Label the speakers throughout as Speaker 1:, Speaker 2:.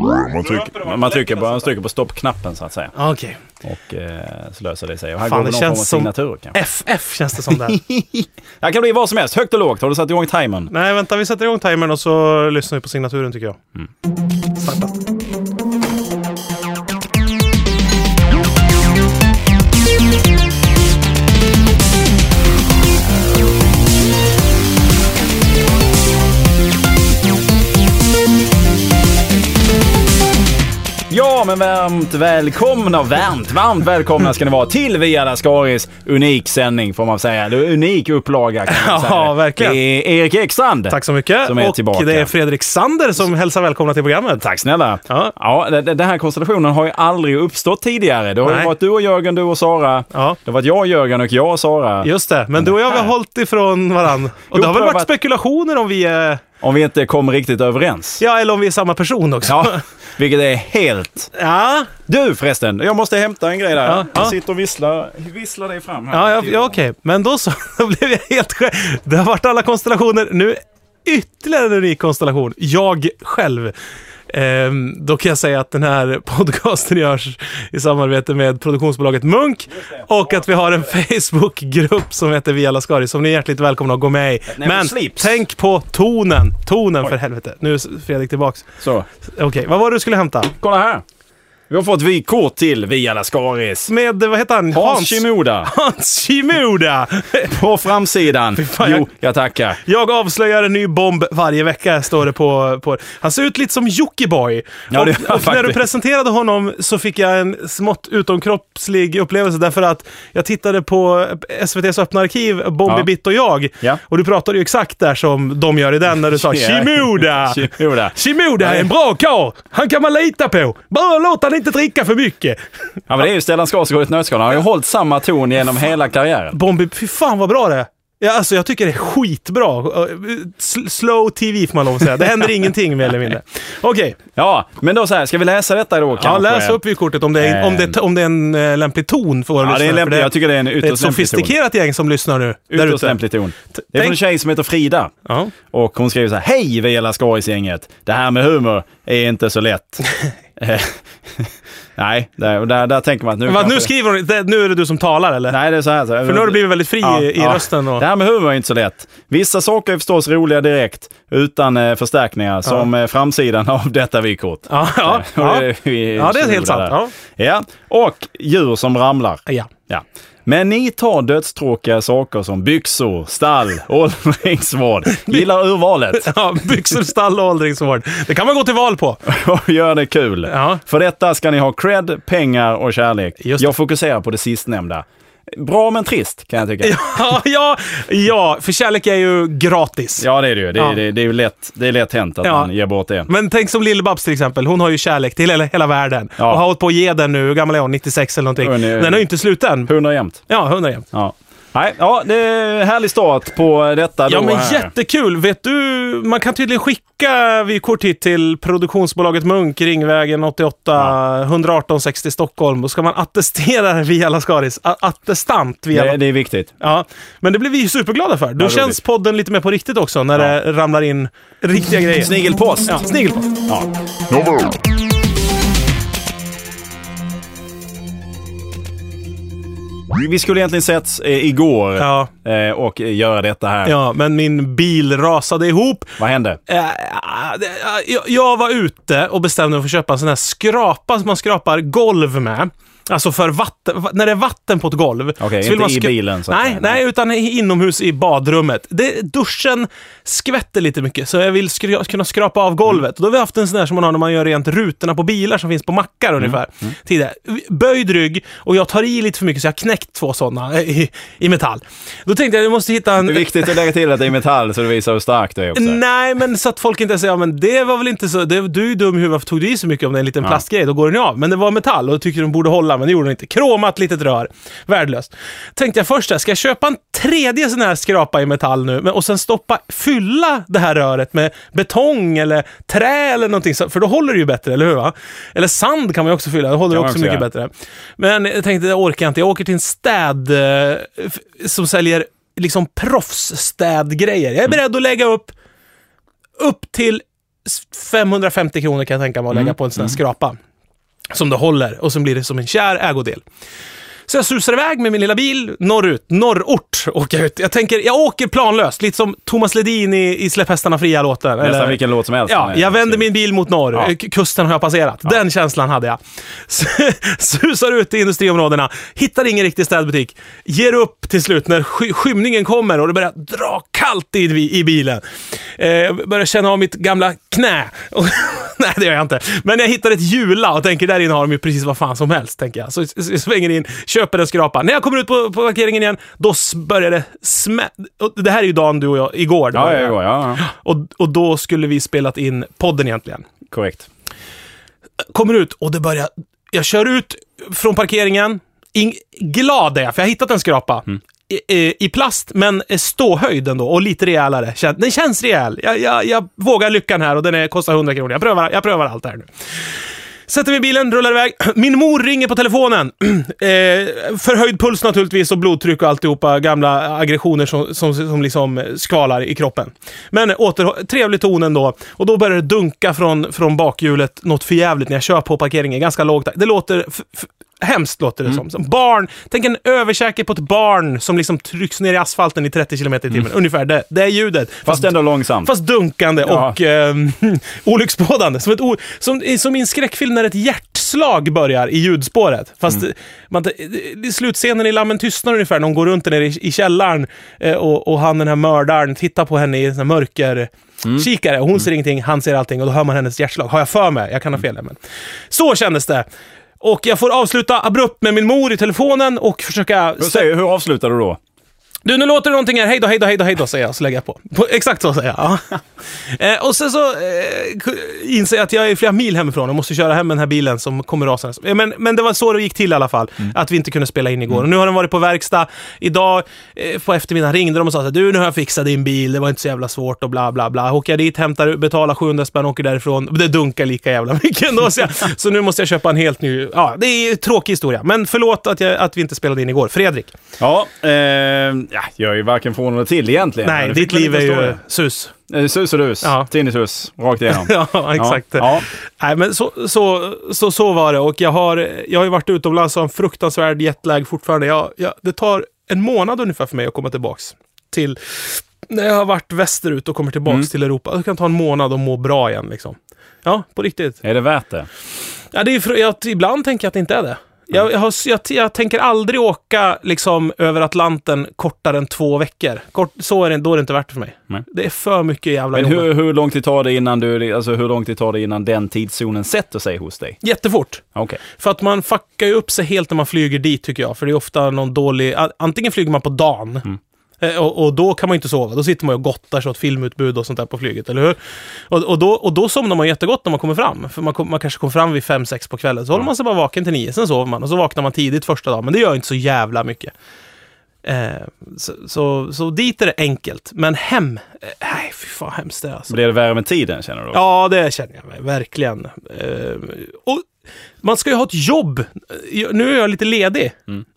Speaker 1: Man trycker, man trycker, på, man trycker på stoppknappen så att säga.
Speaker 2: Okej.
Speaker 1: Och eh, så löser det sig. Och här
Speaker 2: Fan,
Speaker 1: går
Speaker 2: det
Speaker 1: det någon form av
Speaker 2: känns som-
Speaker 1: signatur kanske.
Speaker 2: FF känns det som där.
Speaker 1: Det här kan bli vad som helst, högt och lågt. Har du satt igång timern?
Speaker 2: Nej, vänta. Vi sätter igång timern och så lyssnar vi på signaturen tycker jag. Starta.
Speaker 1: Ja, men varmt välkomna, varmt, varmt välkomna ska ni vara till Via Lascaris unik sändning får man säga. Det är en unik upplaga kan man säga.
Speaker 2: Ja, verkligen.
Speaker 1: Det är Erik Ekstrand.
Speaker 2: Tack så mycket.
Speaker 1: Som är
Speaker 2: och
Speaker 1: tillbaka.
Speaker 2: det är Fredrik Sander som hälsar välkomna till programmet.
Speaker 1: Tack snälla.
Speaker 2: Ja.
Speaker 1: Ja, det- det- den här konstellationen har ju aldrig uppstått tidigare. Det har ju
Speaker 2: Nej.
Speaker 1: varit du och Jörgen, du och Sara.
Speaker 2: Ja.
Speaker 1: Det har varit jag, Jörgen och jag, Sara.
Speaker 2: Just det, men du och jag har hållit ifrån varandra. Och det har väl varit
Speaker 1: Oprövat.
Speaker 2: spekulationer om vi är...
Speaker 1: Om vi inte kom riktigt överens.
Speaker 2: Ja, eller om vi är samma person också.
Speaker 1: Ja, vilket är helt...
Speaker 2: Ja,
Speaker 1: Du förresten, jag måste hämta en grej där.
Speaker 2: Ja, ja.
Speaker 1: Jag sitter och visslar, visslar dig fram här.
Speaker 2: ja, ja, ja okej. Men då så, då blev jag helt själv. Det har varit alla konstellationer. Nu ytterligare en unik konstellation. Jag själv. Ehm, då kan jag säga att den här podcasten görs i samarbete med produktionsbolaget Munk och att vi har en Facebookgrupp som heter Via Lascari som ni är hjärtligt välkomna att gå med i.
Speaker 1: never
Speaker 2: Men
Speaker 1: sleeps.
Speaker 2: tänk på tonen! Tonen för helvete. Nu är Fredrik tillbaks.
Speaker 1: Så,
Speaker 2: Okej, vad var det du skulle hämta?
Speaker 1: kolla här. Vi har fått vykort till Via Lascaris.
Speaker 2: Med, eh, vad heter han?
Speaker 1: Hans Shimoda
Speaker 2: Hans Shimoda!
Speaker 1: på framsidan.
Speaker 2: fan, jag-
Speaker 1: Jo, jag tackar.
Speaker 2: Jag avslöjar en ny bomb varje vecka, står det på... på. Han ser ut lite som Jockiboi.
Speaker 1: Ja,
Speaker 2: och,
Speaker 1: det gör han
Speaker 2: och när du
Speaker 1: faktiskt.
Speaker 2: presenterade honom så fick jag en smått utomkroppslig upplevelse därför att jag tittade på SVTs öppna arkiv, Bombi
Speaker 1: Ja.
Speaker 2: Bitt och jag.
Speaker 1: Ja.
Speaker 2: Och du pratade ju exakt där som de gör i den när du sa
Speaker 1: Ja.
Speaker 2: Shimoda!
Speaker 1: Shimoda.
Speaker 2: Shimoda är en bra karl! Han kan man lita på! Bara låt han inte dricka för mycket!
Speaker 1: Ja, men det är ju Stellan Skarsgård i ett nötskal. Han har ju hållit samma ton genom hela karriären.
Speaker 2: Bombi, fy fan vad bra det är. Ja, alltså jag tycker det är skitbra. Eh, sl- Slow TV får man lov att säga. Det händer ingenting mer eller mindre. Okej,
Speaker 1: Ja, men då så här, ska vi läsa detta då kanske?
Speaker 2: ja, läs upp vid kortet om det är, om det, om det är en eh, lämplig ton för våra
Speaker 1: Ja, det är
Speaker 2: lyssnare. för
Speaker 1: lämpligt. Jag tycker det är en
Speaker 2: det är ett
Speaker 1: ytterst lämplig ton.
Speaker 2: sofistikerat gäng som lyssnar nu. där
Speaker 1: Ytterst
Speaker 2: ute.
Speaker 1: lämplig ton. Det är från
Speaker 2: tänk-
Speaker 1: en tjej som heter Frida.
Speaker 2: Ja.
Speaker 1: Och hon skriver så här, hej Vela Skaris-gänget. Det här med humor är inte så lätt. Eh, Nej, där, och där, där tänker man att nu...
Speaker 2: Men vad,
Speaker 1: kanske-
Speaker 2: nu skriver hon, det- nu är det du som talar eller?
Speaker 1: Nej, det är så här. Så här.
Speaker 2: För nu har du blivit väldigt fri
Speaker 1: Ja,
Speaker 2: i, i
Speaker 1: ja.
Speaker 2: rösten. Och,
Speaker 1: Det här med humor är inte så lätt. Vissa saker är förstås roliga direkt, utan eh, förstärkningar, som eh, framsidan av detta vykort. Eh,
Speaker 2: ja, ja,
Speaker 1: Och
Speaker 2: ja.
Speaker 1: vi-
Speaker 2: Ja, det är helt
Speaker 1: där.
Speaker 2: sant.
Speaker 1: Ja, och djur som ramlar.
Speaker 2: ja.
Speaker 1: Ja. Men ni tar dödstråkiga saker som byxor, stall, åldringsvård. Gillar urvalet
Speaker 2: Ja, byxor, stall och åldringsvård. Det kan man gå till val på.
Speaker 1: och gör det kul.
Speaker 2: Ja.
Speaker 1: För detta ska ni ha cred, pengar och kärlek.
Speaker 2: Just det.
Speaker 1: Jag fokuserar på det sistnämnda. Bra men trist kan jag tycka. Ja,
Speaker 2: Ja, ja, ja, för kärlek är ju gratis.
Speaker 1: det är det ju. Det, är-
Speaker 2: Ja.
Speaker 1: det, det är ju lätt, det är lätt hänt att
Speaker 2: Ja.
Speaker 1: man ger bort det.
Speaker 2: Men tänk som Lill-Babs till exempel. Hon har ju kärlek till hela, hela världen.
Speaker 1: Ja.
Speaker 2: Och har hållit på att ge den nu, hur gammal är hon? 96 eller någonting.
Speaker 1: Hon är-
Speaker 2: Den har ju inte slut än.
Speaker 1: Hundra jämt.
Speaker 2: Ja, 100 jämt.
Speaker 1: Ja. Nej, ja, det är härlig start på detta
Speaker 2: Ja
Speaker 1: då
Speaker 2: men
Speaker 1: här.
Speaker 2: jättekul! Vet du, man kan tydligen skicka vykort hit till produktionsbolaget Munk, Ringvägen 88, 118 60 Stockholm. Då ska man attestera det via Lascaris. A- Attestant via...
Speaker 1: Det, det är viktigt.
Speaker 2: Ja, men det blir vi ju superglada för. Då
Speaker 1: Ja,
Speaker 2: känns
Speaker 1: roligt.
Speaker 2: podden lite mer på riktigt också, när det ramlar in riktiga grejer.
Speaker 1: Snigelpost.
Speaker 2: Ja, snigelpost.
Speaker 1: Ja. Vi skulle egentligen setts eh, igår
Speaker 2: Ja.
Speaker 1: eh, och göra detta här.
Speaker 2: Ja, men min bil rasade ihop.
Speaker 1: Vad hände?
Speaker 2: Eh, ah, det- ah, jag- Jag var ute och bestämde mig för att köpa en sån här skrapa som man skrapar golv med. Alltså för vatten, va- när det är vatten på ett golv.
Speaker 1: Okej, inte i
Speaker 2: skra-
Speaker 1: bilen, så att
Speaker 2: nej,
Speaker 1: säga.
Speaker 2: nej, utan i- inomhus i badrummet. Det, duschen skvätter lite mycket, så jag vill skra- kunna skrapa av golvet. Då har vi haft en sån där som man har när man gör rent rutorna på bilar som finns på mackar
Speaker 1: Mm,
Speaker 2: ungefär. Tidigare. Böjd rygg och jag tar i lite för mycket så jag har knäckt två sådana i, i metall. Då tänkte jag, jag måste hitta en...
Speaker 1: Det är viktigt att lägga till att det är metall så det visar hur starkt det är också.
Speaker 2: Nej, men så att folk inte säger ja, men det var väl inte så... Det, du är ju dum i huvudet, varför tog du i så mycket om det är en liten plastgrej? Då går den ju av. Men det var metall och tyckte de borde hålla, men det gjorde den inte. Kromat litet rör. Värdelöst. Tänkte jag först, där, ska jag köpa en tredje sån här skrapa i metall nu men, och sen stoppa, fylla det här röret med betong eller trä eller någonting, så- för då håller det ju bättre, eller hur? Va? Eller sand kan man ju också fylla, då håller det
Speaker 1: Kan man
Speaker 2: också mycket
Speaker 1: också göra.
Speaker 2: bättre bättre. Men jag tänkte, det orkar jag inte. Jag åker till en städ eh, f- som säljer
Speaker 1: Mm.
Speaker 2: liksom proffsstädgrejer. Jag är beredd att lägga upp upp till s- 550 kronor kan jag tänka mig
Speaker 1: Mm.
Speaker 2: att lägga på en sån här skrapa. Som du håller och som blir det som en kär ägodel. Så jag susar iväg med min lilla bil norrut, norrort åker jag ut. Jag tänker, jag åker planlöst, lite som Thomas Ledin i, i Släpp hästarna fria-låten.
Speaker 1: Nästan
Speaker 2: eller-
Speaker 1: vilken låt som helst.
Speaker 2: Ja, jag vänder min bil mot norr.
Speaker 1: Ja.
Speaker 2: K- Kusten har jag passerat. Den känslan hade jag. Susar ut i industriområdena, hittar ingen riktig städbutik. Ger upp till slut när sky- skymningen kommer och det börjar dra kallt i, vi- i bilen. Eh, börjar känna av mitt gamla knä. Och- Nej, det gör jag inte. Men jag hittar ett Jula och tänker där inne har de ju precis vad fan som helst, tänker jag. Så s- s- svänger in, köper en skrapa. När jag kommer ut på, på parkeringen igen, då s- börjar det smä... och Det här är ju dagen du och jag, igår.
Speaker 1: Ja, ja, ja, ja, ja.
Speaker 2: Och, och då skulle vi spelat in podden egentligen.
Speaker 1: korrekt.
Speaker 2: Kommer ut och det börjar... Jag kör ut från parkeringen. In, glad är jag, för jag har hittat en skrapa. I, i, I plast, men ståhöjd ändå och lite rejälare. Kän- Den känns rejäl. Jag, jag, jag vågar lyckan här och den är, kostar 100 kronor. Jag prövar, jag prövar allt här nu. Sätter mig i bilen, rullar iväg. Min mor ringer på telefonen. eh, förhöjd puls naturligtvis och blodtryck och alltihopa. Gamla aggressioner som, som, som liksom skalar i kroppen. Men åter, trevlig ton ändå. Och då börjar det dunka från, från bakhjulet något förjävligt när jag kör på parkeringen. Ganska lågt. Det låter... F- f- Hemskt låter det som. som. Barn, tänk en översäker på ett barn som liksom trycks ner i asfalten i 30 km i timmen. Ungefär det, det är ljudet.
Speaker 1: Fast ändå långsamt.
Speaker 2: Fast dunkande
Speaker 1: Ja.
Speaker 2: och eh, olycksbådande. Som, ett o- som, som i en skräckfilm när ett hjärtslag börjar i ljudspåret. Fast eh, man, i slutscenen i Lammen tystnar ungefär, när hon går runt där nere i, i källaren eh, och, och han den här mördaren tittar på henne i en sån här mörker kikare. Hon ser ingenting, han ser allting och då hör man hennes hjärtslag. Har jag för mig? Jag kan ha fel. där, Men. Så kändes det. Och jag får avsluta abrupt med min mor i telefonen och försöka...
Speaker 1: Hur, säger, hur avslutar du då?
Speaker 2: Du, nu låter det någonting här. Hej då, hej då, hej då, hej då, säger jag. Så lägger jag på. på exakt så säger jag. Ja. eh, och sen så eh, ku- inser jag att jag är flera mil hemifrån och måste köra hem den här bilen som kommer rasandes. Eh, Men, men det var så det gick till i alla fall, att vi inte kunde spela in igår. Och nu har den varit på verkstad. Idag eh, på eftermiddagen ringde de och sa så här, du, nu har jag fixat din bil, det var inte så jävla svårt och bla, bla, bla. Åker jag dit, hämtar, betalar 700 spänn, åker därifrån. Det dunkar lika jävla mycket ändå. Så, jag, så nu måste jag köpa en helt ny. Ja, det är ju en tråkig historia, men förlåt att, jag, att vi inte spelade in igår. Fredrik?
Speaker 1: Ja, eh, ja, jag är ju varken från eller till egentligen.
Speaker 2: Nej,
Speaker 1: Det
Speaker 2: ditt
Speaker 1: fick väl
Speaker 2: liv är
Speaker 1: lite
Speaker 2: ju
Speaker 1: story.
Speaker 2: sus.
Speaker 1: Eh, Sus och dus.
Speaker 2: Ja.
Speaker 1: Tinnitus. Rakt igenom.
Speaker 2: ja, exakt.
Speaker 1: Ja,
Speaker 2: Nej, men så, så, så, så var det. Och jag har, jag har ju varit utomlands och har en fruktansvärd jetlag fortfarande. Jag, jag, det tar en månad ungefär för mig att komma tillbaks till... När jag har varit västerut och kommer tillbaks
Speaker 1: Mm.
Speaker 2: till Europa. Det kan ta en månad och må bra igen liksom. Ja, på riktigt.
Speaker 1: ja. Är det värt det?
Speaker 2: Ja, det är ju fru- jag, ibland tänker jag att det inte är det.
Speaker 1: Mm.
Speaker 2: Jag, jag, har, jag, jag tänker aldrig åka liksom, över Atlanten kortare än två veckor. Kort, så är det, då är det inte värt det för mig.
Speaker 1: Nej.
Speaker 2: Det är för mycket jävla
Speaker 1: Men
Speaker 2: jobb.
Speaker 1: hur, hur lång tid tar det innan du, alltså hur lång tid tar det innan den tidszonen sätter sig hos dig?
Speaker 2: Jättefort.
Speaker 1: Okej.
Speaker 2: För att man fuckar ju upp sig helt när man flyger dit tycker jag. För det är ofta någon dålig... a- Antingen flyger man på dagen. Eh, Och, och då kan man ju inte sova. Då sitter man ju och gottar sig åt filmutbud och sånt där på flyget, eller hur? Och, och, då, och då somnar man jättegott när man kommer fram. För man, kom, man kanske kommer fram vid fem sex på kvällen. Så håller man sig bara vaken till nio sen sover man. Och så vaknar man tidigt första dagen. Men det gör inte så jävla mycket. Eh, så, så, så dit är det enkelt. Men hem? eh, Nej, fy fan vad hemskt det är alltså.
Speaker 1: Blir det värre med tiden känner du?
Speaker 2: Ja, det känner jag mig verkligen. Eh, och man ska ju ha ett jobb. Eh, Nu är jag lite ledig.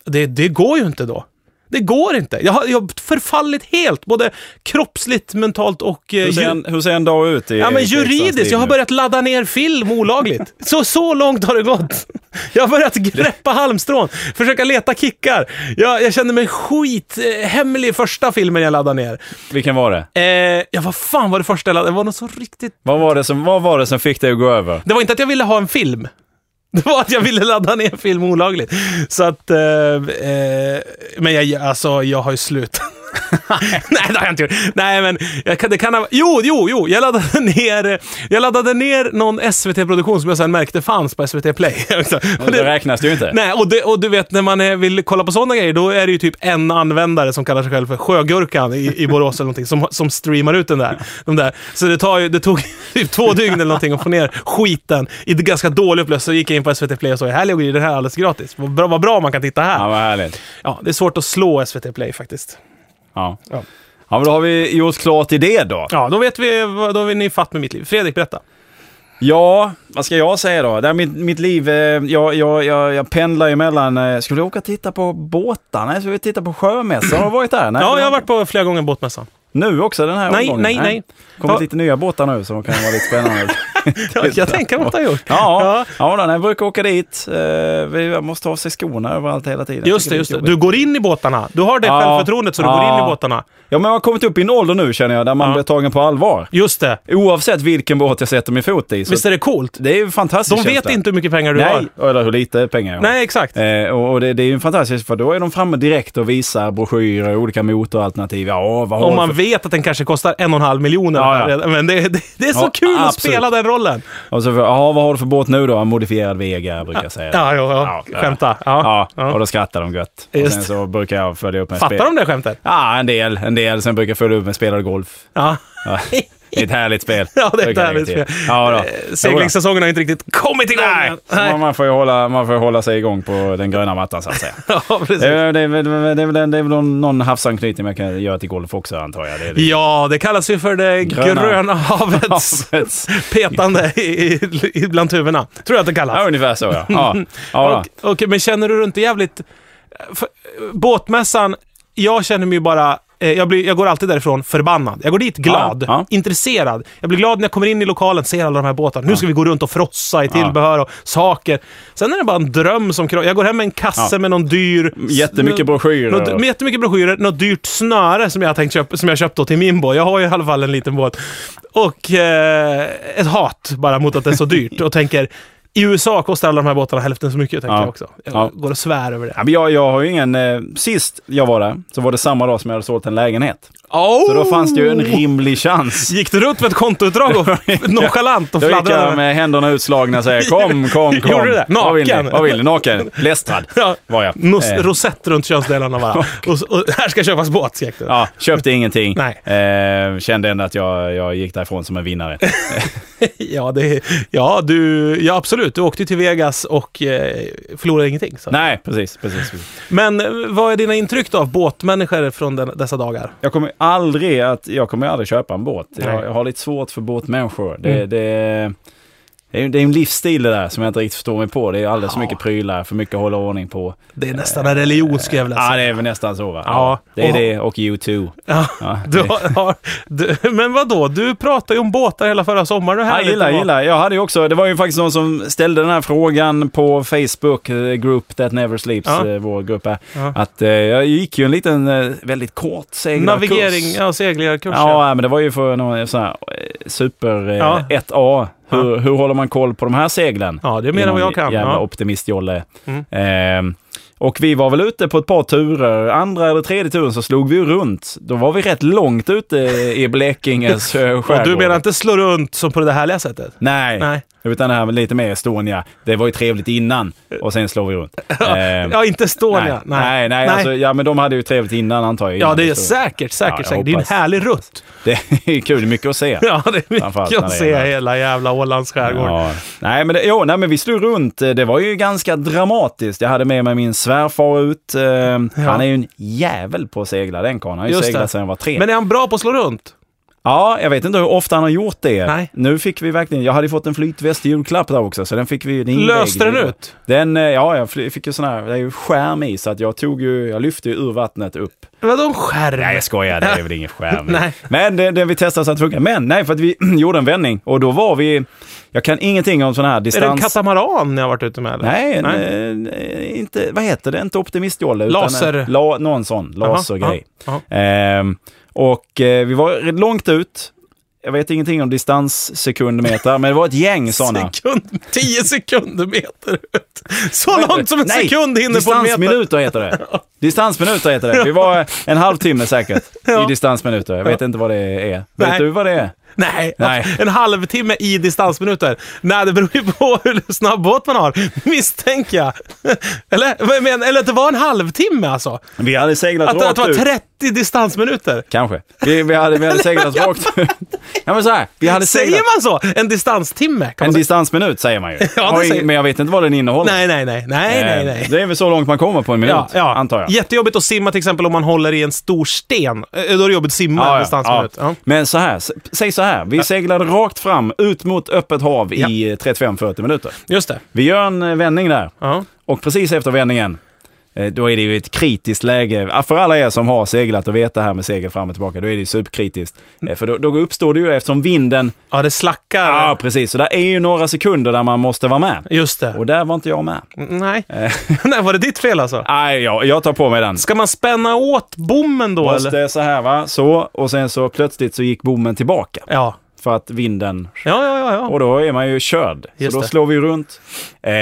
Speaker 2: Det, det går ju inte då. Det går inte. Jag har, jag har förfallit helt, både kroppsligt, mentalt och... eh,
Speaker 1: Hur ser,
Speaker 2: ju-
Speaker 1: en, hur ser en dag ut i
Speaker 2: Ja, men
Speaker 1: i riksdagens
Speaker 2: juridiskt.
Speaker 1: liv
Speaker 2: Jag har
Speaker 1: nu?
Speaker 2: börjat ladda ner film olagligt. Så, så långt har det gått. Jag har börjat greppa halmstrån, försöka leta kickar. Jag, jag kände mig skithemlig i första filmen jag laddade ner.
Speaker 1: Vilken var det?
Speaker 2: Eh, ja, vad fan var det första jag laddade? Det var något så riktigt
Speaker 1: Vad var det som, vad var det som fick dig att gå över?
Speaker 2: Det var inte att jag ville ha en film. Det var att jag ville ladda ner film olagligt. Så att... Eh, eh, men jag, alltså, jag har ju slutat. Nej, det har jag inte gjort. Nej, men jag kan, det kan ha... Jo, jo, jo! Jag laddade ner, jag laddade ner någon SVT-produktion som jag sen märkte fanns på SVT Play. och
Speaker 1: Det,
Speaker 2: det,
Speaker 1: räknas det ju inte.
Speaker 2: Nej, och, det, och du vet när man eh, vill kolla på sådana grejer, då är det ju typ en användare som kallar sig själv för Sjögurkan i, i Borås eller någonting, som, som streamar ut den där. De där. Så det, tar ju, det tog typ två dygn eller någonting att få ner skiten i det ganska dålig upplösning. Så gick jag in på SVT Play och såg, här ligger ju den här alldeles gratis. Vad bra, vad bra man kan titta
Speaker 1: Ja,
Speaker 2: här.
Speaker 1: vad härligt.
Speaker 2: Ja, det är svårt att slå SVT Play faktiskt.
Speaker 1: Ja.
Speaker 2: Ja.
Speaker 1: ja, men då har vi gjort klart i det då.
Speaker 2: Ja, då vet vi, vad- då är ni fatt med mitt liv. Fredrik, berätta.
Speaker 1: Ja, vad ska jag säga då? Det här, mitt, mitt liv, eh, jag, jag, jag, jag pendlar ju mellan, eh, ska vi åka och titta på båtar? Nej, ska vi titta på sjömässan? Har du varit där? Nej,
Speaker 2: Ja, jag har varit på flera gånger båtmässan.
Speaker 1: nu också den här
Speaker 2: Nej,
Speaker 1: omgången?
Speaker 2: nej, nej.
Speaker 1: Det kommer
Speaker 2: Ja.
Speaker 1: lite nya båtar nu som kan vara lite spännande.
Speaker 2: Ja, jag tänker att de har gjort.
Speaker 1: Ja, ja. ja jag brukar åka dit. Eh, Vi måste ha av sig skorna överallt hela tiden. Jag
Speaker 2: Just
Speaker 1: tycker
Speaker 2: det,
Speaker 1: är
Speaker 2: just det.
Speaker 1: jobbigt.
Speaker 2: Du går in i båtarna. Du har det
Speaker 1: Ja.
Speaker 2: självförtroendet så du
Speaker 1: Ja.
Speaker 2: går in i båtarna.
Speaker 1: Ja, men jag har kommit upp i en ålder nu känner jag, där man
Speaker 2: Ja.
Speaker 1: blir tagen på allvar.
Speaker 2: Just det.
Speaker 1: Oavsett vilken båt jag sätter min fot i. Så
Speaker 2: Visst är det coolt?
Speaker 1: det är ju fantastiskt.
Speaker 2: De vet inte hur mycket pengar du har.
Speaker 1: Nej, eller hur lite pengar jag har.
Speaker 2: Nej, exakt.
Speaker 1: Eh, och och det, det är ju fantastiskt för då är de framme direkt och visar broschyrer, olika motoralternativ. Ja, vad har
Speaker 2: Om
Speaker 1: du
Speaker 2: man
Speaker 1: för...
Speaker 2: vet att den kanske kostar en och en halv miljon.
Speaker 1: Ja, ja.
Speaker 2: Men det, det, det är så
Speaker 1: Ja,
Speaker 2: kul att
Speaker 1: absolut.
Speaker 2: spela den rollen.
Speaker 1: och så, ja, vad har du för båt nu då? En modifierad Vega brukar jag säga.
Speaker 2: Ja, ja,
Speaker 1: Ja,
Speaker 2: ja. Skämta. Ja.
Speaker 1: Ja, och
Speaker 2: Ja.
Speaker 1: då skrattar de gött. Och
Speaker 2: Just
Speaker 1: sen så brukar jag följa upp med spel.
Speaker 2: Fattar de det skämtet?
Speaker 1: Ja, en del. En del. Sen brukar jag följa upp med spelad golf.
Speaker 2: Ja.
Speaker 1: Ja. Det är ett härligt spel.
Speaker 2: Ja, det är ett
Speaker 1: Brukar jag
Speaker 2: härligt
Speaker 1: lägga till.
Speaker 2: spel.
Speaker 1: Ja, då.
Speaker 2: Eh, Seglingssäsongen har inte riktigt kommit igång
Speaker 1: Nej,
Speaker 2: än.
Speaker 1: så man- man får ju hålla, man får ju hålla sig igång på den gröna mattan så att säga.
Speaker 2: Ja,
Speaker 1: Det
Speaker 2: precis.
Speaker 1: är, Eh, det, är, väl- det, är, väl- det är väl någon, någon havsanknytning man kan göra till golf också antar jag. Det är det.
Speaker 2: Ja, det kallas ju för det
Speaker 1: Gröna.
Speaker 2: gröna, havets
Speaker 1: Havets-
Speaker 2: petande i, i, i, bland tuvorna. Tror jag att det kallas.
Speaker 1: Ja, ungefär så ja. ja. ja då.
Speaker 2: Och, okej, men känner du dig inte jävligt... eh, För, eh, båtmässan, jag känner mig ju bara... eh, Jag, blir, jag går alltid därifrån förbannad. Jag går dit glad,
Speaker 1: Ja, ja.
Speaker 2: intresserad. Jag blir glad när jag kommer in i lokalen ser alla de här båtarna. Nu ska vi gå runt och frossa i
Speaker 1: Ja.
Speaker 2: tillbehör och saker. Sen är det bara en dröm som kro- Jag går hem med en kasse
Speaker 1: Ja.
Speaker 2: med någon dyr...
Speaker 1: Jättemycket broschyrer.
Speaker 2: Något,
Speaker 1: och-
Speaker 2: med jättemycket broschyrer, något dyrt snöre som jag, har tänkt köpa, som jag köpt då till min båt. Jag har ju i alla fall en liten båt. Och eh, ett hat bara mot att det är så dyrt. Och tänker, i USA kostar alla de här båtarna hälften så mycket, tänker
Speaker 1: Ja.
Speaker 2: jag också. Jag
Speaker 1: Ja.
Speaker 2: går och svär över det.
Speaker 1: Ja, men jag, jag har ju ingen... Eh, sist jag var där så var det samma dag som jag hade sålt en lägenhet.
Speaker 2: Oh!
Speaker 1: Så då fanns det ju en rimlig chans.
Speaker 2: Gick du runt med ett kontoutdrag och nonchalant och
Speaker 1: Då gick
Speaker 2: fladdrade?
Speaker 1: jag
Speaker 2: över?
Speaker 1: med händerna utslagna och sa kom, kom, kom.
Speaker 2: Gjorde du det?
Speaker 1: Vad vill ni?
Speaker 2: Naken?
Speaker 1: Vad vill ni? Naken? Blästrad
Speaker 2: Ja.
Speaker 1: var jag.
Speaker 2: Nos-
Speaker 1: Eh,
Speaker 2: Rosett runt könsdelarna bara. och, så- och här ska köpas båt, skrek du.
Speaker 1: Ja, köpte ingenting.
Speaker 2: Nej.
Speaker 1: Eh, kände ändå att jag, jag gick därifrån som en vinnare.
Speaker 2: Ja, det, ja, du, ja, absolut. Du åkte ju till Vegas och eh, förlorade ingenting. Så.
Speaker 1: Nej, precis, precis. precis.
Speaker 2: Men eh, vad är dina intryck då av båtmänniskor från den, dessa dagar?
Speaker 1: Jag kommer aldrig att, jag kommer aldrig köpa en båt. Jag,
Speaker 2: Nej. Mm.
Speaker 1: jag har lite svårt för båtmänniskor. Det, det, det, är, ju- det är en livsstil det där som jag inte riktigt förstår mig på. Det är alldeles för
Speaker 2: Ja.
Speaker 1: mycket prylar, för mycket att hålla ordning på.
Speaker 2: Det är nästan en religion skulle jag vilja
Speaker 1: Ja,
Speaker 2: säga.
Speaker 1: det är väl nästan så va?
Speaker 2: Ja.
Speaker 1: Det är
Speaker 2: Och-
Speaker 1: det och U2.
Speaker 2: Ja,
Speaker 1: Ja,
Speaker 2: du
Speaker 1: det-
Speaker 2: har, har, du, men vad då? Du pratade ju om båtar hela förra sommaren. Det är
Speaker 1: Ja,
Speaker 2: härligt
Speaker 1: gillar,
Speaker 2: att vara-
Speaker 1: gillar. Jag hade ju också, det var ju faktiskt någon som ställde den här frågan på Facebook, eh, Group That Never Sleeps,
Speaker 2: Ja.
Speaker 1: eh, vår grupp här.
Speaker 2: Ja.
Speaker 1: Att eh, jag gick ju en liten, eh, väldigt kort seglarkurs.
Speaker 2: Navigering, ja, seglarkurs. Ja.
Speaker 1: Ja, men det var ju för någon sån här eh, super eh,
Speaker 2: Ja.
Speaker 1: 1A. Hur, hur håller man koll på de här seglen?
Speaker 2: ja, det är mer än vad jag kan.
Speaker 1: Jävla
Speaker 2: Ja.
Speaker 1: optimistjolle.
Speaker 2: Mm.
Speaker 1: Ehm, och vi var väl ute på ett par turer. Andra eller tredje turen så slog vi ju runt. Då var vi rätt långt ute i Blekinges eh, skärgård.
Speaker 2: Och du menar inte slå runt som på det härliga sättet?
Speaker 1: Nej.
Speaker 2: Nej.
Speaker 1: Utan det här med lite mer Estonia. Det var ju trevligt innan och sen slår vi runt. Ehm,
Speaker 2: Ja, inte Estonia.
Speaker 1: nej, nej, nej. Alltså, ja, men de hade ju trevligt innan antar jag.
Speaker 2: ja,
Speaker 1: innan
Speaker 2: det
Speaker 1: vi
Speaker 2: är
Speaker 1: slog.
Speaker 2: säkert,
Speaker 1: Ja,
Speaker 2: säkert,
Speaker 1: jag
Speaker 2: säkert. Det är en
Speaker 1: hoppas.
Speaker 2: härlig rutt.
Speaker 1: Det är kul, mycket att se.
Speaker 2: Ja, det är
Speaker 1: Framförallt
Speaker 2: mycket
Speaker 1: när
Speaker 2: att
Speaker 1: det är
Speaker 2: se
Speaker 1: natt.
Speaker 2: hela jävla Ålands skärgård.
Speaker 1: Ja. Nej, men, det, jo, nej, men vi slog runt. Det var ju ganska dramatiskt. Jag hade med mig min svärfar ut. Eh, Han är ju en jävel på att segla, den karln. Han har ju
Speaker 2: Just det.
Speaker 1: seglat sedan han var tre.
Speaker 2: Men är han bra på att slå runt?
Speaker 1: Ja, jag vet inte hur ofta han har gjort det.
Speaker 2: Nej.
Speaker 1: Nu fick vi verkligen... Jag hade ju fått en flytväst i julklapp där också, så den fick vi... Den
Speaker 2: Löste den
Speaker 1: invägd.
Speaker 2: ut?
Speaker 1: Den, eh, ja, jag fly- fick ju sån här... Det är ju skärm i, så att jag tog ju... Jag lyfte ju ur vattnet upp.
Speaker 2: Vadå en skärm?
Speaker 1: Nej, jag skojar. Det är väl ingen skärm.
Speaker 2: Nej.
Speaker 1: Men det, det vi testade så att det funkar. Men nej, för att vi gjorde en vändning och då var vi... Jag kan ingenting om sån här
Speaker 2: Är det en
Speaker 1: distans...
Speaker 2: katamaran ni har varit ute med? Eller?
Speaker 1: Nej, en, eh, inte, vad heter det? Inte optimistjolle. utan
Speaker 2: Laser.
Speaker 1: en- La, någon sån
Speaker 2: Jaha,
Speaker 1: lasergrej.
Speaker 2: jaha,
Speaker 1: Ehm, och eh, vi var rätt långt ut. Jag vet ingenting om distanssekundmeter, men det var ett gäng sådana.
Speaker 2: Sekund, 10 sekundermeter ut. Så långt som en
Speaker 1: Nej,
Speaker 2: sekund hinner på en meter.
Speaker 1: Distansminuter heter det. Distansminuter heter det. Vi var en halvtimme säkert i
Speaker 2: Ja.
Speaker 1: distansminuter. Jag vet inte vad det är. Vet
Speaker 2: Nej.
Speaker 1: du vad det är?
Speaker 2: Nej,
Speaker 1: Nej.
Speaker 2: en halvtimme i distansminuter. Nej, det beror ju på hur snabb båt man har, misstänker jag. Eller, vad jag menar, eller att det var en halvtimme alltså.
Speaker 1: Vi hade seglat
Speaker 2: Att,
Speaker 1: rakt
Speaker 2: att det var
Speaker 1: ut.
Speaker 2: 30 distansminuter.
Speaker 1: Kanske. Vi, vi hade, vi hade seglat rakt ut. Ja, men så här. Vi hade seglat...
Speaker 2: Säger man så? En distanstimme? Kan
Speaker 1: En
Speaker 2: man säga.
Speaker 1: distansminut säger man ju.
Speaker 2: Alltså- Ja,
Speaker 1: Har
Speaker 2: det
Speaker 1: ing-
Speaker 2: säger-
Speaker 1: Men jag vet inte vad den innehåller.
Speaker 2: Nej, nej, nej. Nej,
Speaker 1: Eh,
Speaker 2: nej, nej.
Speaker 1: Det är väl så långt man kommer på en minut,
Speaker 2: Ja, ja.
Speaker 1: antar jag.
Speaker 2: Jättejobbigt att simma till exempel om man håller i en stor sten. Eh, Då är det jobbigt att simma en distansminut. Ja.
Speaker 1: Men så här, s- säg så här. Vi seglade rakt fram ut mot öppet hav i 35-40 minuter.
Speaker 2: Just det.
Speaker 1: Vi gör en eh, vändning där
Speaker 2: Ja.
Speaker 1: och precis efter vändningen eh, då är det ju ett kritiskt läge. Ah, För alla er som har seglat och vet det här med segel fram och tillbaka, då är det ju superkritiskt.
Speaker 2: Mm.
Speaker 1: Eh, För då, då uppstår det ju, eftersom vinden...
Speaker 2: Ja, det slackar.
Speaker 1: Ja, ah, precis. Så där är ju några sekunder där man måste vara med.
Speaker 2: Just det.
Speaker 1: Och Eh. där var inte jag med.
Speaker 2: Nej. Nej, var det ditt fel alltså?
Speaker 1: Nej, jag, jag tar på mig den.
Speaker 2: Ska man spänna åt bommen då eller?
Speaker 1: Måste så här va, så. Och sen så plötsligt så gick bommen tillbaka.
Speaker 2: Ja.
Speaker 1: För att vinden...
Speaker 2: Ja, ja, ja. ja.
Speaker 1: Och då är man ju körd.
Speaker 2: Just
Speaker 1: så då
Speaker 2: det.
Speaker 1: slår vi runt. Eh,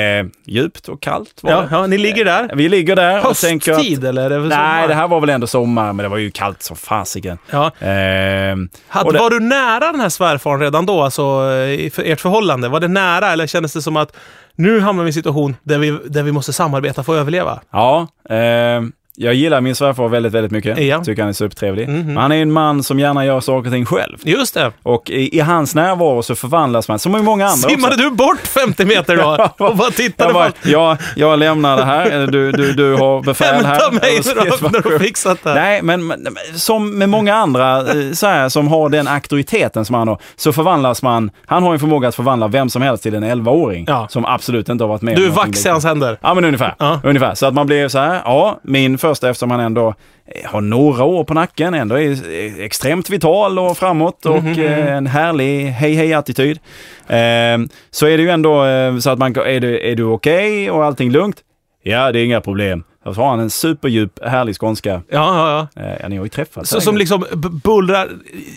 Speaker 1: djupt och kallt var
Speaker 2: ja,
Speaker 1: det.
Speaker 2: ja ni ligger där.
Speaker 1: Vi ligger där och tänker att...
Speaker 2: Hösttid eller? Är det
Speaker 1: Nej, det här var väl ändå sommar, men det var ju kallt som fasiken.
Speaker 2: Ja.
Speaker 1: Ehm,
Speaker 2: Hade,
Speaker 1: och det-
Speaker 2: Var du nära den här svärfaren redan då, alltså eh, i för ert förhållande? Var det nära eller kändes det som att nu hamnar vi i en situation där vi, där vi måste samarbeta för att överleva?
Speaker 1: Ja, ehm, jag gillar min svärfar väldigt, väldigt mycket.
Speaker 2: Ja. Mhm.
Speaker 1: Tycker han är supertrevlig. Men han är ju en man som gärna gör saker och ting själv.
Speaker 2: Just det.
Speaker 1: Och i, i hans närvaro så förvandlas man, som i många andra
Speaker 2: Simmade
Speaker 1: också.
Speaker 2: du bort 50 meter då och bara tittade
Speaker 1: Jag,
Speaker 2: på
Speaker 1: bara,
Speaker 2: allt?
Speaker 1: ja, jag lämnar det här, Eller du, du, du har befäl här.
Speaker 2: Hämta mig
Speaker 1: Och så-
Speaker 2: när du- när du har fixat det här.
Speaker 1: Nej, men, men men som med många andra eh, så här, som har den auktoriteten som han har, så förvandlas man, han har en förmåga att förvandla vem som helst till en 11-åring
Speaker 2: Ja.
Speaker 1: som absolut inte har varit med
Speaker 2: Du är
Speaker 1: om någonting
Speaker 2: vax i hans händer.
Speaker 1: Ja, men ungefär.
Speaker 2: Ja.
Speaker 1: ungefär. Så att man blir så här, ja, min första eftersom han ändå eh, har några år på nacken, ändå är eh, extremt vital och framåt
Speaker 2: Mhm,
Speaker 1: och eh, en härlig hej hej-attityd. Ehm, så är det ju ändå eh, så att man, är du, är du okej och allting lugnt? Ja, det är inga problem. Så har han en superdjup, härlig skånska.
Speaker 2: Ja, ja, ja.
Speaker 1: Eh, ja, ni har ju träffats.
Speaker 2: Så, som liksom b- bullrar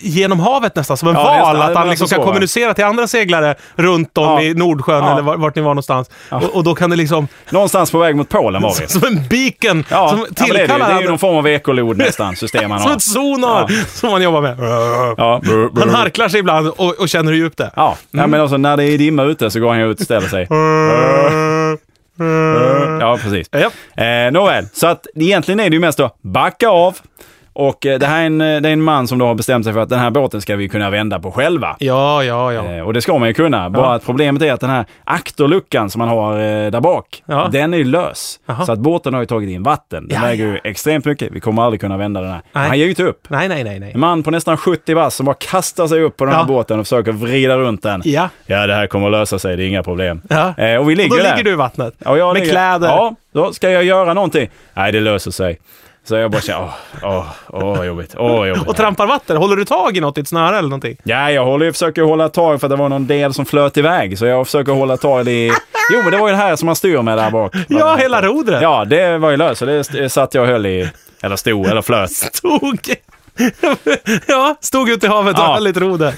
Speaker 2: genom havet nästan, som en
Speaker 1: Ja,
Speaker 2: val.
Speaker 1: nästan.
Speaker 2: att
Speaker 1: Det
Speaker 2: han
Speaker 1: var
Speaker 2: liksom
Speaker 1: så
Speaker 2: kan
Speaker 1: så, va?
Speaker 2: kommunicera till andra seglare runt om
Speaker 1: Ja.
Speaker 2: i Nordsjön
Speaker 1: Ja.
Speaker 2: eller var- vart ni var någonstans. Och, och då kan det liksom,
Speaker 1: Någonstans på väg mot Polen var vi.
Speaker 2: som en beacon
Speaker 1: Ja,
Speaker 2: som
Speaker 1: ja, men det, är det, ju.
Speaker 2: tillkallar
Speaker 1: det är ju
Speaker 2: andra-
Speaker 1: någon form av ekolod nästan, system han
Speaker 2: Som
Speaker 1: har.
Speaker 2: ett sonar som man jobbar med.
Speaker 1: Ja.
Speaker 2: Han harklar sig ibland och, och känner hur djupt det är.
Speaker 1: Ja,
Speaker 2: Mm.
Speaker 1: nej, men alltså när det är dimma ute så går han ju ut och ställer sig.
Speaker 2: Eh,
Speaker 1: Ja, precis.
Speaker 2: Ja.
Speaker 1: Eh, nåväl, så att egentligen är det ju mest då backa av. Och eh, det här är en, eh, det är en man som då har bestämt sig för att den här båten ska vi kunna vända på själva.
Speaker 2: Ja, ja, ja.
Speaker 1: Eh, Och det ska man ju kunna. Bara
Speaker 2: Ja.
Speaker 1: att problemet är att den här akterluckan som man har eh, där bak,
Speaker 2: Ja.
Speaker 1: den är ju lös.
Speaker 2: Jaha.
Speaker 1: Så att båten har ju tagit in vatten. Den
Speaker 2: Ja,
Speaker 1: väger ju extremt mycket. Vi kommer aldrig kunna vända den här.
Speaker 2: Nej.
Speaker 1: Han ger ju inte upp.
Speaker 2: Nej, nej, nej, nej.
Speaker 1: En man på nästan 70 bast som bara kastar sig upp på den här
Speaker 2: Ja.
Speaker 1: båten och försöker vrida runt den.
Speaker 2: Ja.
Speaker 1: Ja, det här kommer att lösa sig. Det är inga problem.
Speaker 2: Ja.
Speaker 1: Eh, och vi ligger
Speaker 2: Då
Speaker 1: där.
Speaker 2: ligger du i vattnet.
Speaker 1: Ja, jag
Speaker 2: med
Speaker 1: ligger-
Speaker 2: kläder.
Speaker 1: Ja, då ska jag göra någonting. Nej, det löser sig. Så jag bara känner, åh, åh, åh vad jobbigt, åh vad jobbigt.
Speaker 2: Och trampar vatten. Håller du tag i något i ett snöre eller någonting?
Speaker 1: Ja, jag håller, jag försöker hålla tag för att det var någon del som flöt iväg. Så jag försöker hålla tag i... Jo, men det var ju det här som man styr med där bak.
Speaker 2: Ja, hela rodret.
Speaker 1: Ja, det var ju löst. Så det st- satt jag och höll i. Eller stod, eller flöt.
Speaker 2: Tog. ja, stod ute i havet och
Speaker 1: Ja.
Speaker 2: höll lite roder.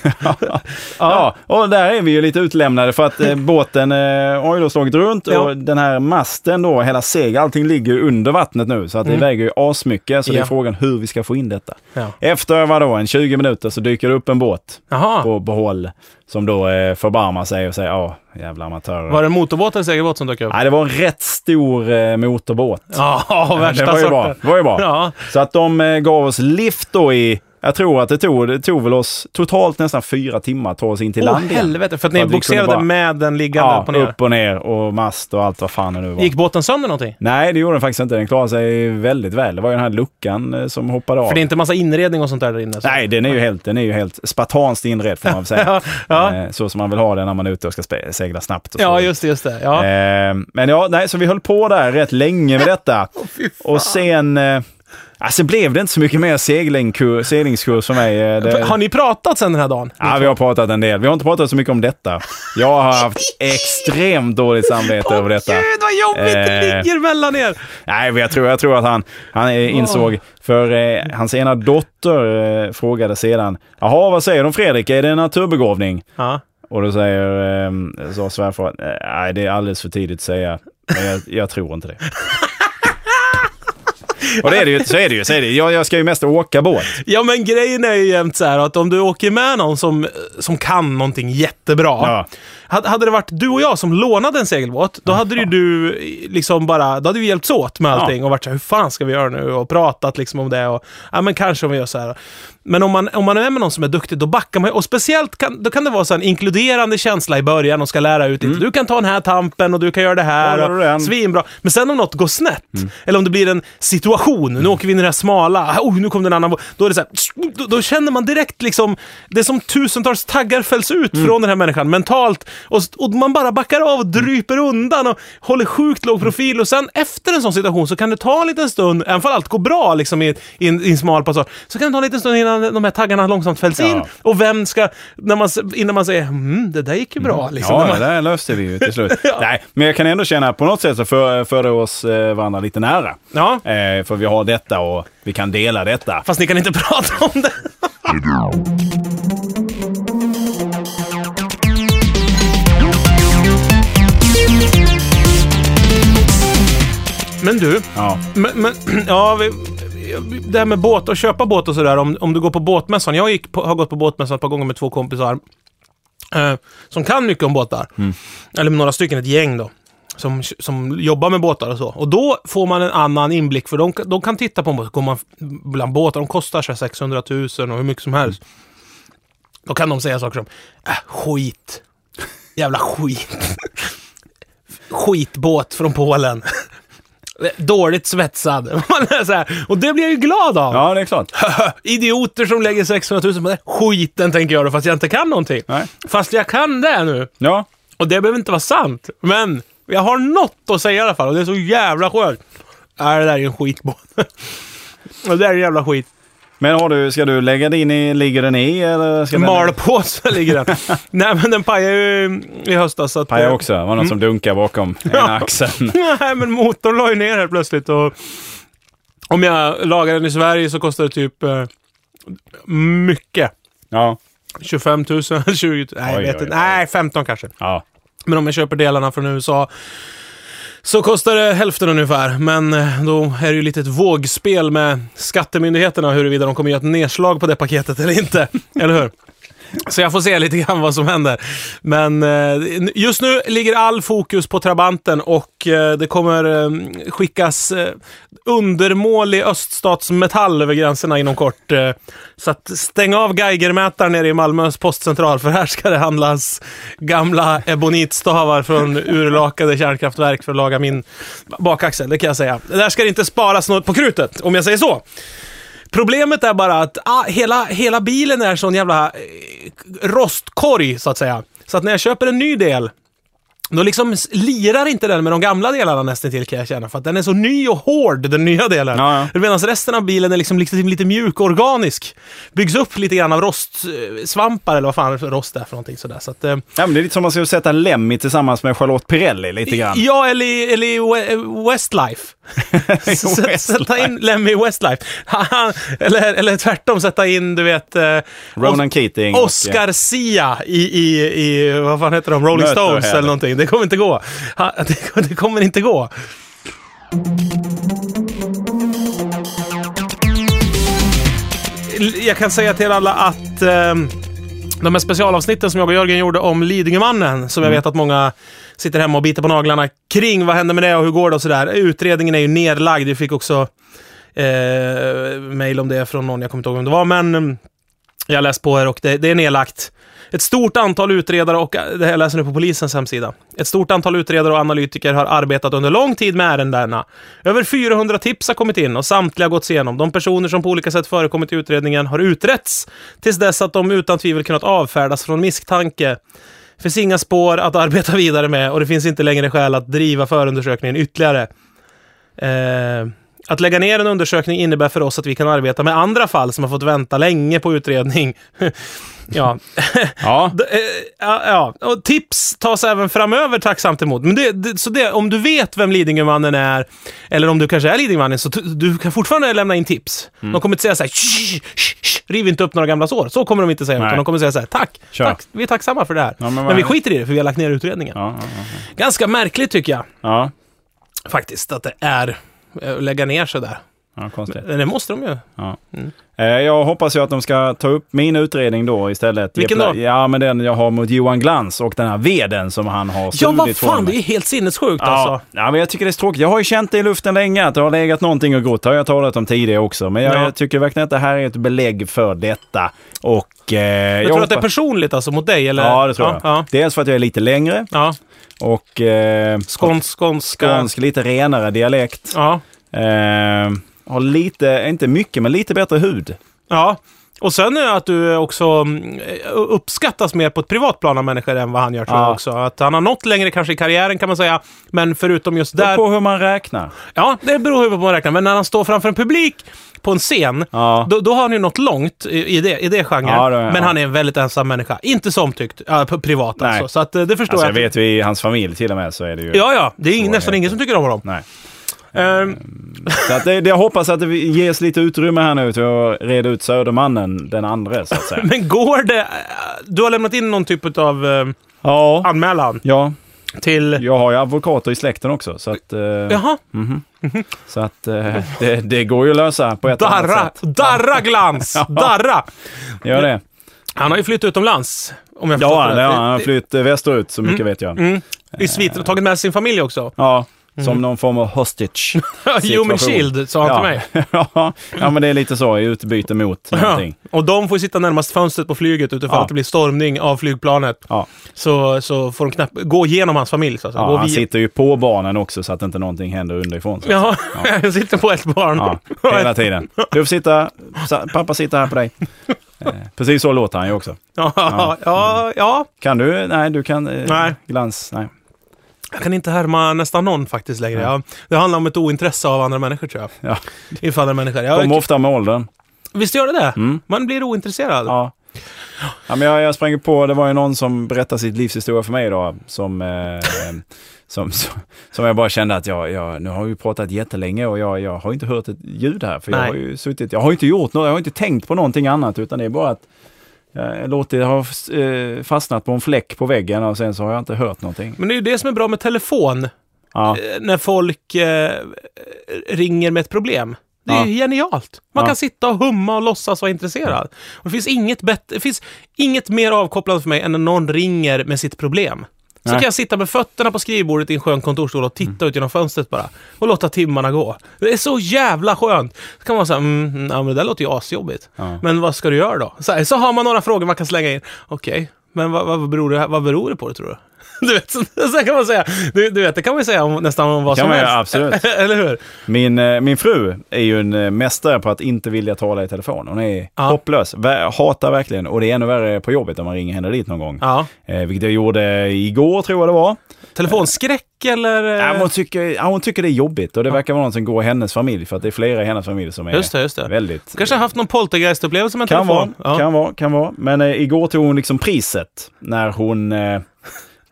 Speaker 1: Ja, och där är vi ju lite utlämnade för att eh, båten eh, har ju då slagit runt
Speaker 2: Ja.
Speaker 1: och den här masten då, hela seg, allting ligger ju under vattnet nu så att det väger ju asmycket. Så det
Speaker 2: Mm. Ja.
Speaker 1: är frågan hur vi ska få in detta.
Speaker 2: Ja.
Speaker 1: Efter vadå, en 20 minuter så dyker det upp en båt
Speaker 2: Jaha.
Speaker 1: på, på håll som då eh, förbarmar sig och säger ja, jävla amatörer.
Speaker 2: Var det en motorbåt eller segelbåt som dök upp?
Speaker 1: Nej, det var en rätt stor eh, motorbåt.
Speaker 2: Ja, värsta
Speaker 1: det var ju
Speaker 2: sorten.
Speaker 1: bra. Det var ju bra.
Speaker 2: Ja.
Speaker 1: Så att de eh, gav oss lift då i, jag tror att det tog, det tog väl oss totalt nästan fyra timmar att ta oss in till
Speaker 2: Åh,
Speaker 1: land igen.
Speaker 2: helvete. För att
Speaker 1: För
Speaker 2: ni
Speaker 1: att vi kunde
Speaker 2: bogserade
Speaker 1: bara-
Speaker 2: med den liggande
Speaker 1: Ja,
Speaker 2: upp och ner.
Speaker 1: upp och ner och mast och allt vad fan det nu var.
Speaker 2: Gick båten sönder någonting?
Speaker 1: Nej, det gjorde den faktiskt inte. Den klarade sig väldigt väl. Det var ju den här luckan eh, som hoppade av.
Speaker 2: För det är inte massa inredning och sånt där, där inne? så-
Speaker 1: Nej, den är ju helt, den är ju helt spartanskt inredd får man väl säga.
Speaker 2: Ja, ja.
Speaker 1: Eh, Så som man vill ha den när man är ute och ska spe- segla snabbt. Och så.
Speaker 2: Ja, just det. Just det. Ja.
Speaker 1: Eh, Men ja, nej, så vi höll på där rätt länge med detta. och sen... eh, Ja, sen blev det inte så mycket mer seglingkur- seglingskurs för mig. Eh, Det,
Speaker 2: Har ni pratat sen den här dagen?
Speaker 1: Ja, vi har pratat en del. Vi har inte pratat så mycket om detta. Jag har haft extremt dåligt samvete över detta.
Speaker 2: Gud vad jobbigt det
Speaker 1: Eh.
Speaker 2: ligger mellan er!
Speaker 1: Nej, men jag tror, jag tror att han, han eh, insåg, för eh, hans ena dotter eh, frågade sedan, jaha vad säger de Fredrik, är det en naturbegåvning?
Speaker 2: Ja.
Speaker 1: Och då säger eh, så svärfar, "Eh, nej det är alldeles för tidigt att säga, men jag, jag tror inte det. Och det är det ju, så är det ju, så är det. ju. Jag, jag ska ju mest åka båt.
Speaker 2: ja, men grejen är ju jämt så här att om du åker med någon som, som kan någonting jättebra.
Speaker 1: Ja.
Speaker 2: Hade hade det varit du och jag som lånade en segelbåt, då hade ju du eh, liksom bara, då hade vi hjälpts åt med allting och varit så här, hur fan ska vi göra nu? Och pratat liksom om det och, ja men kanske om vi gör så här. Men om man, om man är med någon som är duktig, då backar man ju. Och speciellt kan, då kan det vara så här en inkluderande känsla i början och ska lära ut lite. Du kan ta den här tampen och du kan göra det här.
Speaker 1: Mm. Ja, gör du
Speaker 2: och,
Speaker 1: den. Mm.
Speaker 2: svinbra. Men sen om något går snett, eller om det blir en situation innovation. Nu åker vi in i det här smala. Ah, Oj, nu kom det en annan. våg. Då, är det så här, då, då känner man direkt liksom, det är som tusentals taggar fälls ut
Speaker 1: Mm.
Speaker 2: från den här människan mentalt. Och, s- och man bara backar av och dryper undan och håller sjukt
Speaker 1: Mm.
Speaker 2: låg profil. Och sen efter en sån situation så kan det ta en liten stund, även om allt går bra liksom, i, i, en, i en smal passage, så kan det ta en liten stund innan de här taggarna långsamt fälls in. Och vem ska, när man, s- innan man säger mm, det där gick ju bra. Liksom, när
Speaker 1: Ja,
Speaker 2: man,
Speaker 1: det där löste vi ju till slut. Nej, men jag kan ändå känna på något sätt så för, för det oss eh, varandra lite nära.
Speaker 2: ja.
Speaker 1: Eh, för vi har detta och vi kan dela detta.
Speaker 2: Fast ni kan inte prata om det. Men du,
Speaker 1: Ja.
Speaker 2: men, men, ja, vi, det här med båt och köpa båt och sådär, om, om du går på båtmässan. Jag gick på, har gått på båtmässan ett par gånger med två kompisar eh, som kan mycket om båtar. Eller några stycken, ett gäng då. Som, som jobbar med båtar och så. Och då får man en annan inblick, för de, de kan titta på en båt. Går man bland båtar, de kostar så här 600 000 och hur mycket som helst. Då kan de säga saker som äh, skit. Jävla skit. Skitbåt från Polen. Dåligt svetsad. Man är så här, och det blir jag ju glad av.
Speaker 1: ja, det är klart.
Speaker 2: Idioter som lägger 600 000 på det. Skiten tänker jag då, fast jag inte kan någonting.
Speaker 1: Nej.
Speaker 2: Fast jag kan det nu.
Speaker 1: Ja,
Speaker 2: Och det behöver inte vara sant. Men jag har något att säga i alla fall och det är så jävla skönt. Nej, det där är ju en skitbåt. det där är en jävla skit.
Speaker 1: men har du, ska du lägga den in i, ligger den i eller? Ska den-
Speaker 2: Malpåse ligger den. Nej, men den pajade ju i höstas. Så att, eh,
Speaker 1: Pajar också. Det var
Speaker 2: Mm.
Speaker 1: någon som dunkade bakom ena axeln.
Speaker 2: Nej, men motorn la ju ner helt plötsligt. Och om jag lagar den i Sverige så kostar det typ eh, mycket.
Speaker 1: Ja,
Speaker 2: 25 000, 20 000, nej,
Speaker 1: Oj,
Speaker 2: jag vet
Speaker 1: oj,
Speaker 2: inte.
Speaker 1: oj.
Speaker 2: nej 15 kanske.
Speaker 1: ja.
Speaker 2: Men om jag köper delarna från USA så kostar det hälften ungefär. Men eh, då är det ju lite ett vågspel med skattemyndigheterna huruvida de kommer göra ett nedslag på det paketet eller inte. Eller hur? Så jag får se lite grann vad som händer. Men eh, just nu ligger all fokus på Trabanten och eh, det kommer eh, skickas eh, undermålig öststatsmetall över gränserna inom kort. Eh, så att stäng av Geigermätaren nere i Malmös postcentral för här ska det handlas gamla ebonitstavar från urlakade kärnkraftverk för att laga min bakaxel, det kan jag säga. Där ska det inte sparas något på krutet, om jag säger så. Problemet är bara att ah, hela, hela bilen är sån jävla eh, rostkorg, så att säga. Så att när jag köper en ny del, då liksom s- lirar inte den med de gamla delarna nästintill kan jag känna. För att den är så ny och hård, den nya delen.
Speaker 1: Ja, ja.
Speaker 2: Medan resten av bilen är liksom lite, lite mjuk och organisk. Byggs upp lite grann av rostsvampar, eller vad fan rost är för någonting sådär. Så att, eh,
Speaker 1: ja, men det är lite som man skulle sätta Lemmy tillsammans med Charlotte Pirelli lite grann.
Speaker 2: Ja, eller, i- eller i We- Westlife. Sätt- sätta in Lemmy i Westlife. Haha, eller, eller tvärtom, sätta in, du vet, eh,
Speaker 1: Ronan Keating. och-
Speaker 2: Oscar Sia i, i, i, vad fan heter de, Rolling
Speaker 1: Möter
Speaker 2: Stones
Speaker 1: här.
Speaker 2: eller någonting. Det kommer inte gå. Ha, det, det kommer inte gå. L- Jag kan säga till alla att ehm, de här specialavsnitten som jag och Jörgen gjorde om Lidingömannen, som
Speaker 1: Mm.
Speaker 2: jag vet att många sitter hemma och biter på naglarna kring. Vad hände med det och hur går det och sådär. Utredningen är ju nedlagd. Vi fick också eh, mejl om det från någon, jag kommer inte ihåg vem det var, men mm, jag har läst på er och det, det är nedlagt. Ett stort antal utredare och, eh, det här läser nu på polisens hemsida. Ett stort antal utredare och analytiker har arbetat under lång tid med ärendena. Över 400 tips har kommit in och samtliga har gåtts igenom. De personer som på olika sätt förekommit i utredningen har utretts tills dess att de utan tvivel kunnat avfärdas från misstanke. Finns inga spår att arbeta vidare med och det finns inte längre skäl att driva förundersökningen ytterligare. Eh, att lägga ner en undersökning innebär för oss att vi kan arbeta med andra fall som har fått vänta länge på utredning. ja.
Speaker 1: Ja,
Speaker 2: D- eh, ja, ja, och tips tas även framöver tacksamt emot. Men det, det, så det, om du vet vem Lidingömannen är, eller om du kanske är Lidingömannen, så t- du kan fortfarande lämna in tips.
Speaker 1: Mm.
Speaker 2: De kommer inte säga så här, "Shh, shh, shh, riv inte upp några gamla sår. Så kommer de inte säga,
Speaker 1: Nej.
Speaker 2: utan de kommer säga så här, tack,
Speaker 1: Kör.
Speaker 2: tack, vi är tacksamma för det här.
Speaker 1: men
Speaker 2: men
Speaker 1: vad
Speaker 2: vi
Speaker 1: härligt.
Speaker 2: skiter i det, för vi har lagt ner utredningen.
Speaker 1: ja, ja, ja.
Speaker 2: Ganska märkligt tycker jag
Speaker 1: ja.
Speaker 2: faktiskt, att det är eh, att lägga ner sig där.
Speaker 1: ja konstigt.
Speaker 2: Men Det måste de ju. Mm.
Speaker 1: Eh, Jag hoppas ju att de ska ta upp min utredning då istället.
Speaker 2: Vilken
Speaker 1: Ge pla-
Speaker 2: då?
Speaker 1: Ja, men den jag har mot Johan Glans och den här veden som han har stulit
Speaker 2: Ja, vad
Speaker 1: från
Speaker 2: fan,
Speaker 1: mig.
Speaker 2: det är helt sinnessjukt
Speaker 1: Ja,
Speaker 2: alltså.
Speaker 1: ja, men jag tycker det är så tråkigt. Jag har ju känt det i luften länge att det har legat någonting och grott. Det har jag talat om tidigare också. Men jag,
Speaker 2: Ja.
Speaker 1: jag tycker verkligen att det här är ett belägg för detta. Och... Eh, jag,
Speaker 2: Jag tror att det är
Speaker 1: hoppas-
Speaker 2: personligt alltså mot dig, eller?
Speaker 1: Ja, det tror jag.
Speaker 2: Ja,
Speaker 1: Dels för att jag är lite längre
Speaker 2: ja.
Speaker 1: och... Eh,
Speaker 2: Skåns, skånska.
Speaker 1: skånsk, lite renare dialekt.
Speaker 2: Ja.
Speaker 1: Eh, Har lite, inte mycket, men lite bättre hud.
Speaker 2: Ja. Och sen är att du också mm, uppskattas mer på ett privat plan av människor än vad han gör tror
Speaker 1: Ja.
Speaker 2: jag också. Att han har nått längre kanske i karriären kan man säga. Men förutom just
Speaker 1: Där...
Speaker 2: där.
Speaker 1: På hur man räknar.
Speaker 2: Ja, det beror ju på hur man räknar. Men när han står framför en publik på en scen,
Speaker 1: Ja.
Speaker 2: då, då har han ju nått långt i, i det, i det genren.
Speaker 1: Ja, det har jag.
Speaker 2: Men han är en väldigt ensam människa. Inte så omtyckt äh, p- privat
Speaker 1: Nej.
Speaker 2: alltså. Så att, eh, det förstår
Speaker 1: Alltså jag
Speaker 2: jag.
Speaker 1: vet ju i hans familj till och med så är det ju...
Speaker 2: Ja, ja. Det är ing-
Speaker 1: Så
Speaker 2: nästan
Speaker 1: heter
Speaker 2: ingen som tycker om honom.
Speaker 1: Nej.
Speaker 2: Ehm,
Speaker 1: Så att det, det, jag hoppas att det ges lite utrymme här nu till att reda ut Södermannen, den andra så att säga.
Speaker 2: men går det... eh, Du har lämnat in någon typ av
Speaker 1: Ja.
Speaker 2: anmälan
Speaker 1: Ja,
Speaker 2: till...
Speaker 1: jag har ju advokater i släkten också så att, eh,
Speaker 2: Jaha,
Speaker 1: så att eh, det, det går ju att lösa på ett
Speaker 2: darra!
Speaker 1: annat sätt.
Speaker 2: Darra glans!
Speaker 1: Ja.
Speaker 2: Darra!
Speaker 1: Gör det.
Speaker 2: Han har ju flytt utomlands. Om jag
Speaker 1: Ja,
Speaker 2: förstått
Speaker 1: han,
Speaker 2: det
Speaker 1: ja,
Speaker 2: rätt.
Speaker 1: han har flytt eh, västerut så mycket vet jag.
Speaker 2: Mm. I sviten, tagit med sin familj också.
Speaker 1: Ja, som någon form av hostage.
Speaker 2: Human
Speaker 1: Situation.
Speaker 2: Shield, sa han Mm. till mig.
Speaker 1: ja. ja, men det är lite så i utbyte mot någonting.
Speaker 2: Och de får sitta närmast fönstret på flyget utifrån
Speaker 1: Ja.
Speaker 2: att det blir stormning av flygplanet.
Speaker 1: Ja.
Speaker 2: Så, så får de knappt gå igenom hans familj. Så att säga.
Speaker 1: Ja,
Speaker 2: gå
Speaker 1: han
Speaker 2: via-
Speaker 1: sitter ju på barnen också så att inte någonting händer underifrån. Så.
Speaker 2: Ja, han sitter på ett barn.
Speaker 1: Ja, hela tiden. Du får sitta, sa- pappa sitter här på dig. Eh, Precis så låter han ju också.
Speaker 2: ja, ja, ja,
Speaker 1: Kan du? Nej, du kan... eh,
Speaker 2: Nej.
Speaker 1: Glans? Nej.
Speaker 2: Jag kan inte härma nästan någon faktiskt längre. Ja. Det handlar om ett ointresse av andra människor tror jag.
Speaker 1: Ja.
Speaker 2: Inför andra människor.
Speaker 1: Kommer
Speaker 2: Jag,
Speaker 1: ofta med åldern.
Speaker 2: visst gör det det?
Speaker 1: Mm.
Speaker 2: Man blir ointresserad.
Speaker 1: Ja. Ja, men jag, jag sprang ju på, det var ju någon som berättade sitt livs historia för mig idag som, eh, som, som, som jag bara kände att jag, jag, nu har vi pratat jättelänge och jag, jag har inte hört ett ljud här. För jag
Speaker 2: Nej.
Speaker 1: har ju suttit, jag har inte gjort något, jag har inte tänkt på någonting annat utan det är bara att jag låtit, jag har eh, fastnat på en fläck på väggen och sen så har jag inte hört någonting.
Speaker 2: Men det är ju det som är bra med telefon.
Speaker 1: Ja.
Speaker 2: Eh, När folk eh, ringer med ett problem. Det är
Speaker 1: Ja.
Speaker 2: ju genialt. Man
Speaker 1: Ja.
Speaker 2: kan sitta och humma och låtsas vara intresserad. Och det, finns inget bättre, det finns inget mer avkopplande för mig än när någon ringer med sitt problem. Så
Speaker 1: Nej. Mm.
Speaker 2: kan jag sitta med fötterna på skrivbordet i en skön kontorsstol och titta ut genom fönstret bara. Och låta timmarna gå. Det är så jävla skönt. Så kan man säga, mm, mm, ja, men det där låter ju asjobbigt.
Speaker 1: Ja.
Speaker 2: Men alltså, vad ska du göra då? Så, här, så har man några frågor man kan slänga in. Okej, men vad, vad, beror det, här- vad beror det på det tror du? Du vet, så, så här kan man säga. Du, du vet, det kan man ju säga om, nästan om vad
Speaker 1: kan
Speaker 2: som
Speaker 1: man
Speaker 2: helst.
Speaker 1: göra, absolut.
Speaker 2: Eller hur?
Speaker 1: Min, eh, min fru är ju en eh, mästare på att inte vilja tala i telefon. Hon är
Speaker 2: Ja.
Speaker 1: hopplös, Vä- hatar verkligen och det är ännu värre på jobbet om man ringer henne dit någon gång.
Speaker 2: Ja. Eh.
Speaker 1: Eh, vilket jag gjorde igår tror jag det var.
Speaker 2: Telefonskräck eller? eh,
Speaker 1: Ja, men hon, tycker, ja, hon tycker det är jobbigt och det verkar vara någon som går i hennes familj för att det är flera i hennes familj som är
Speaker 2: Just det, just det.
Speaker 1: väldigt...
Speaker 2: Kanske haft någon poltergeistupplevelse med en
Speaker 1: kan vara,
Speaker 2: telefon? Ja.
Speaker 1: kan vara, kan vara. Men eh, igår tog hon liksom priset när hon eh,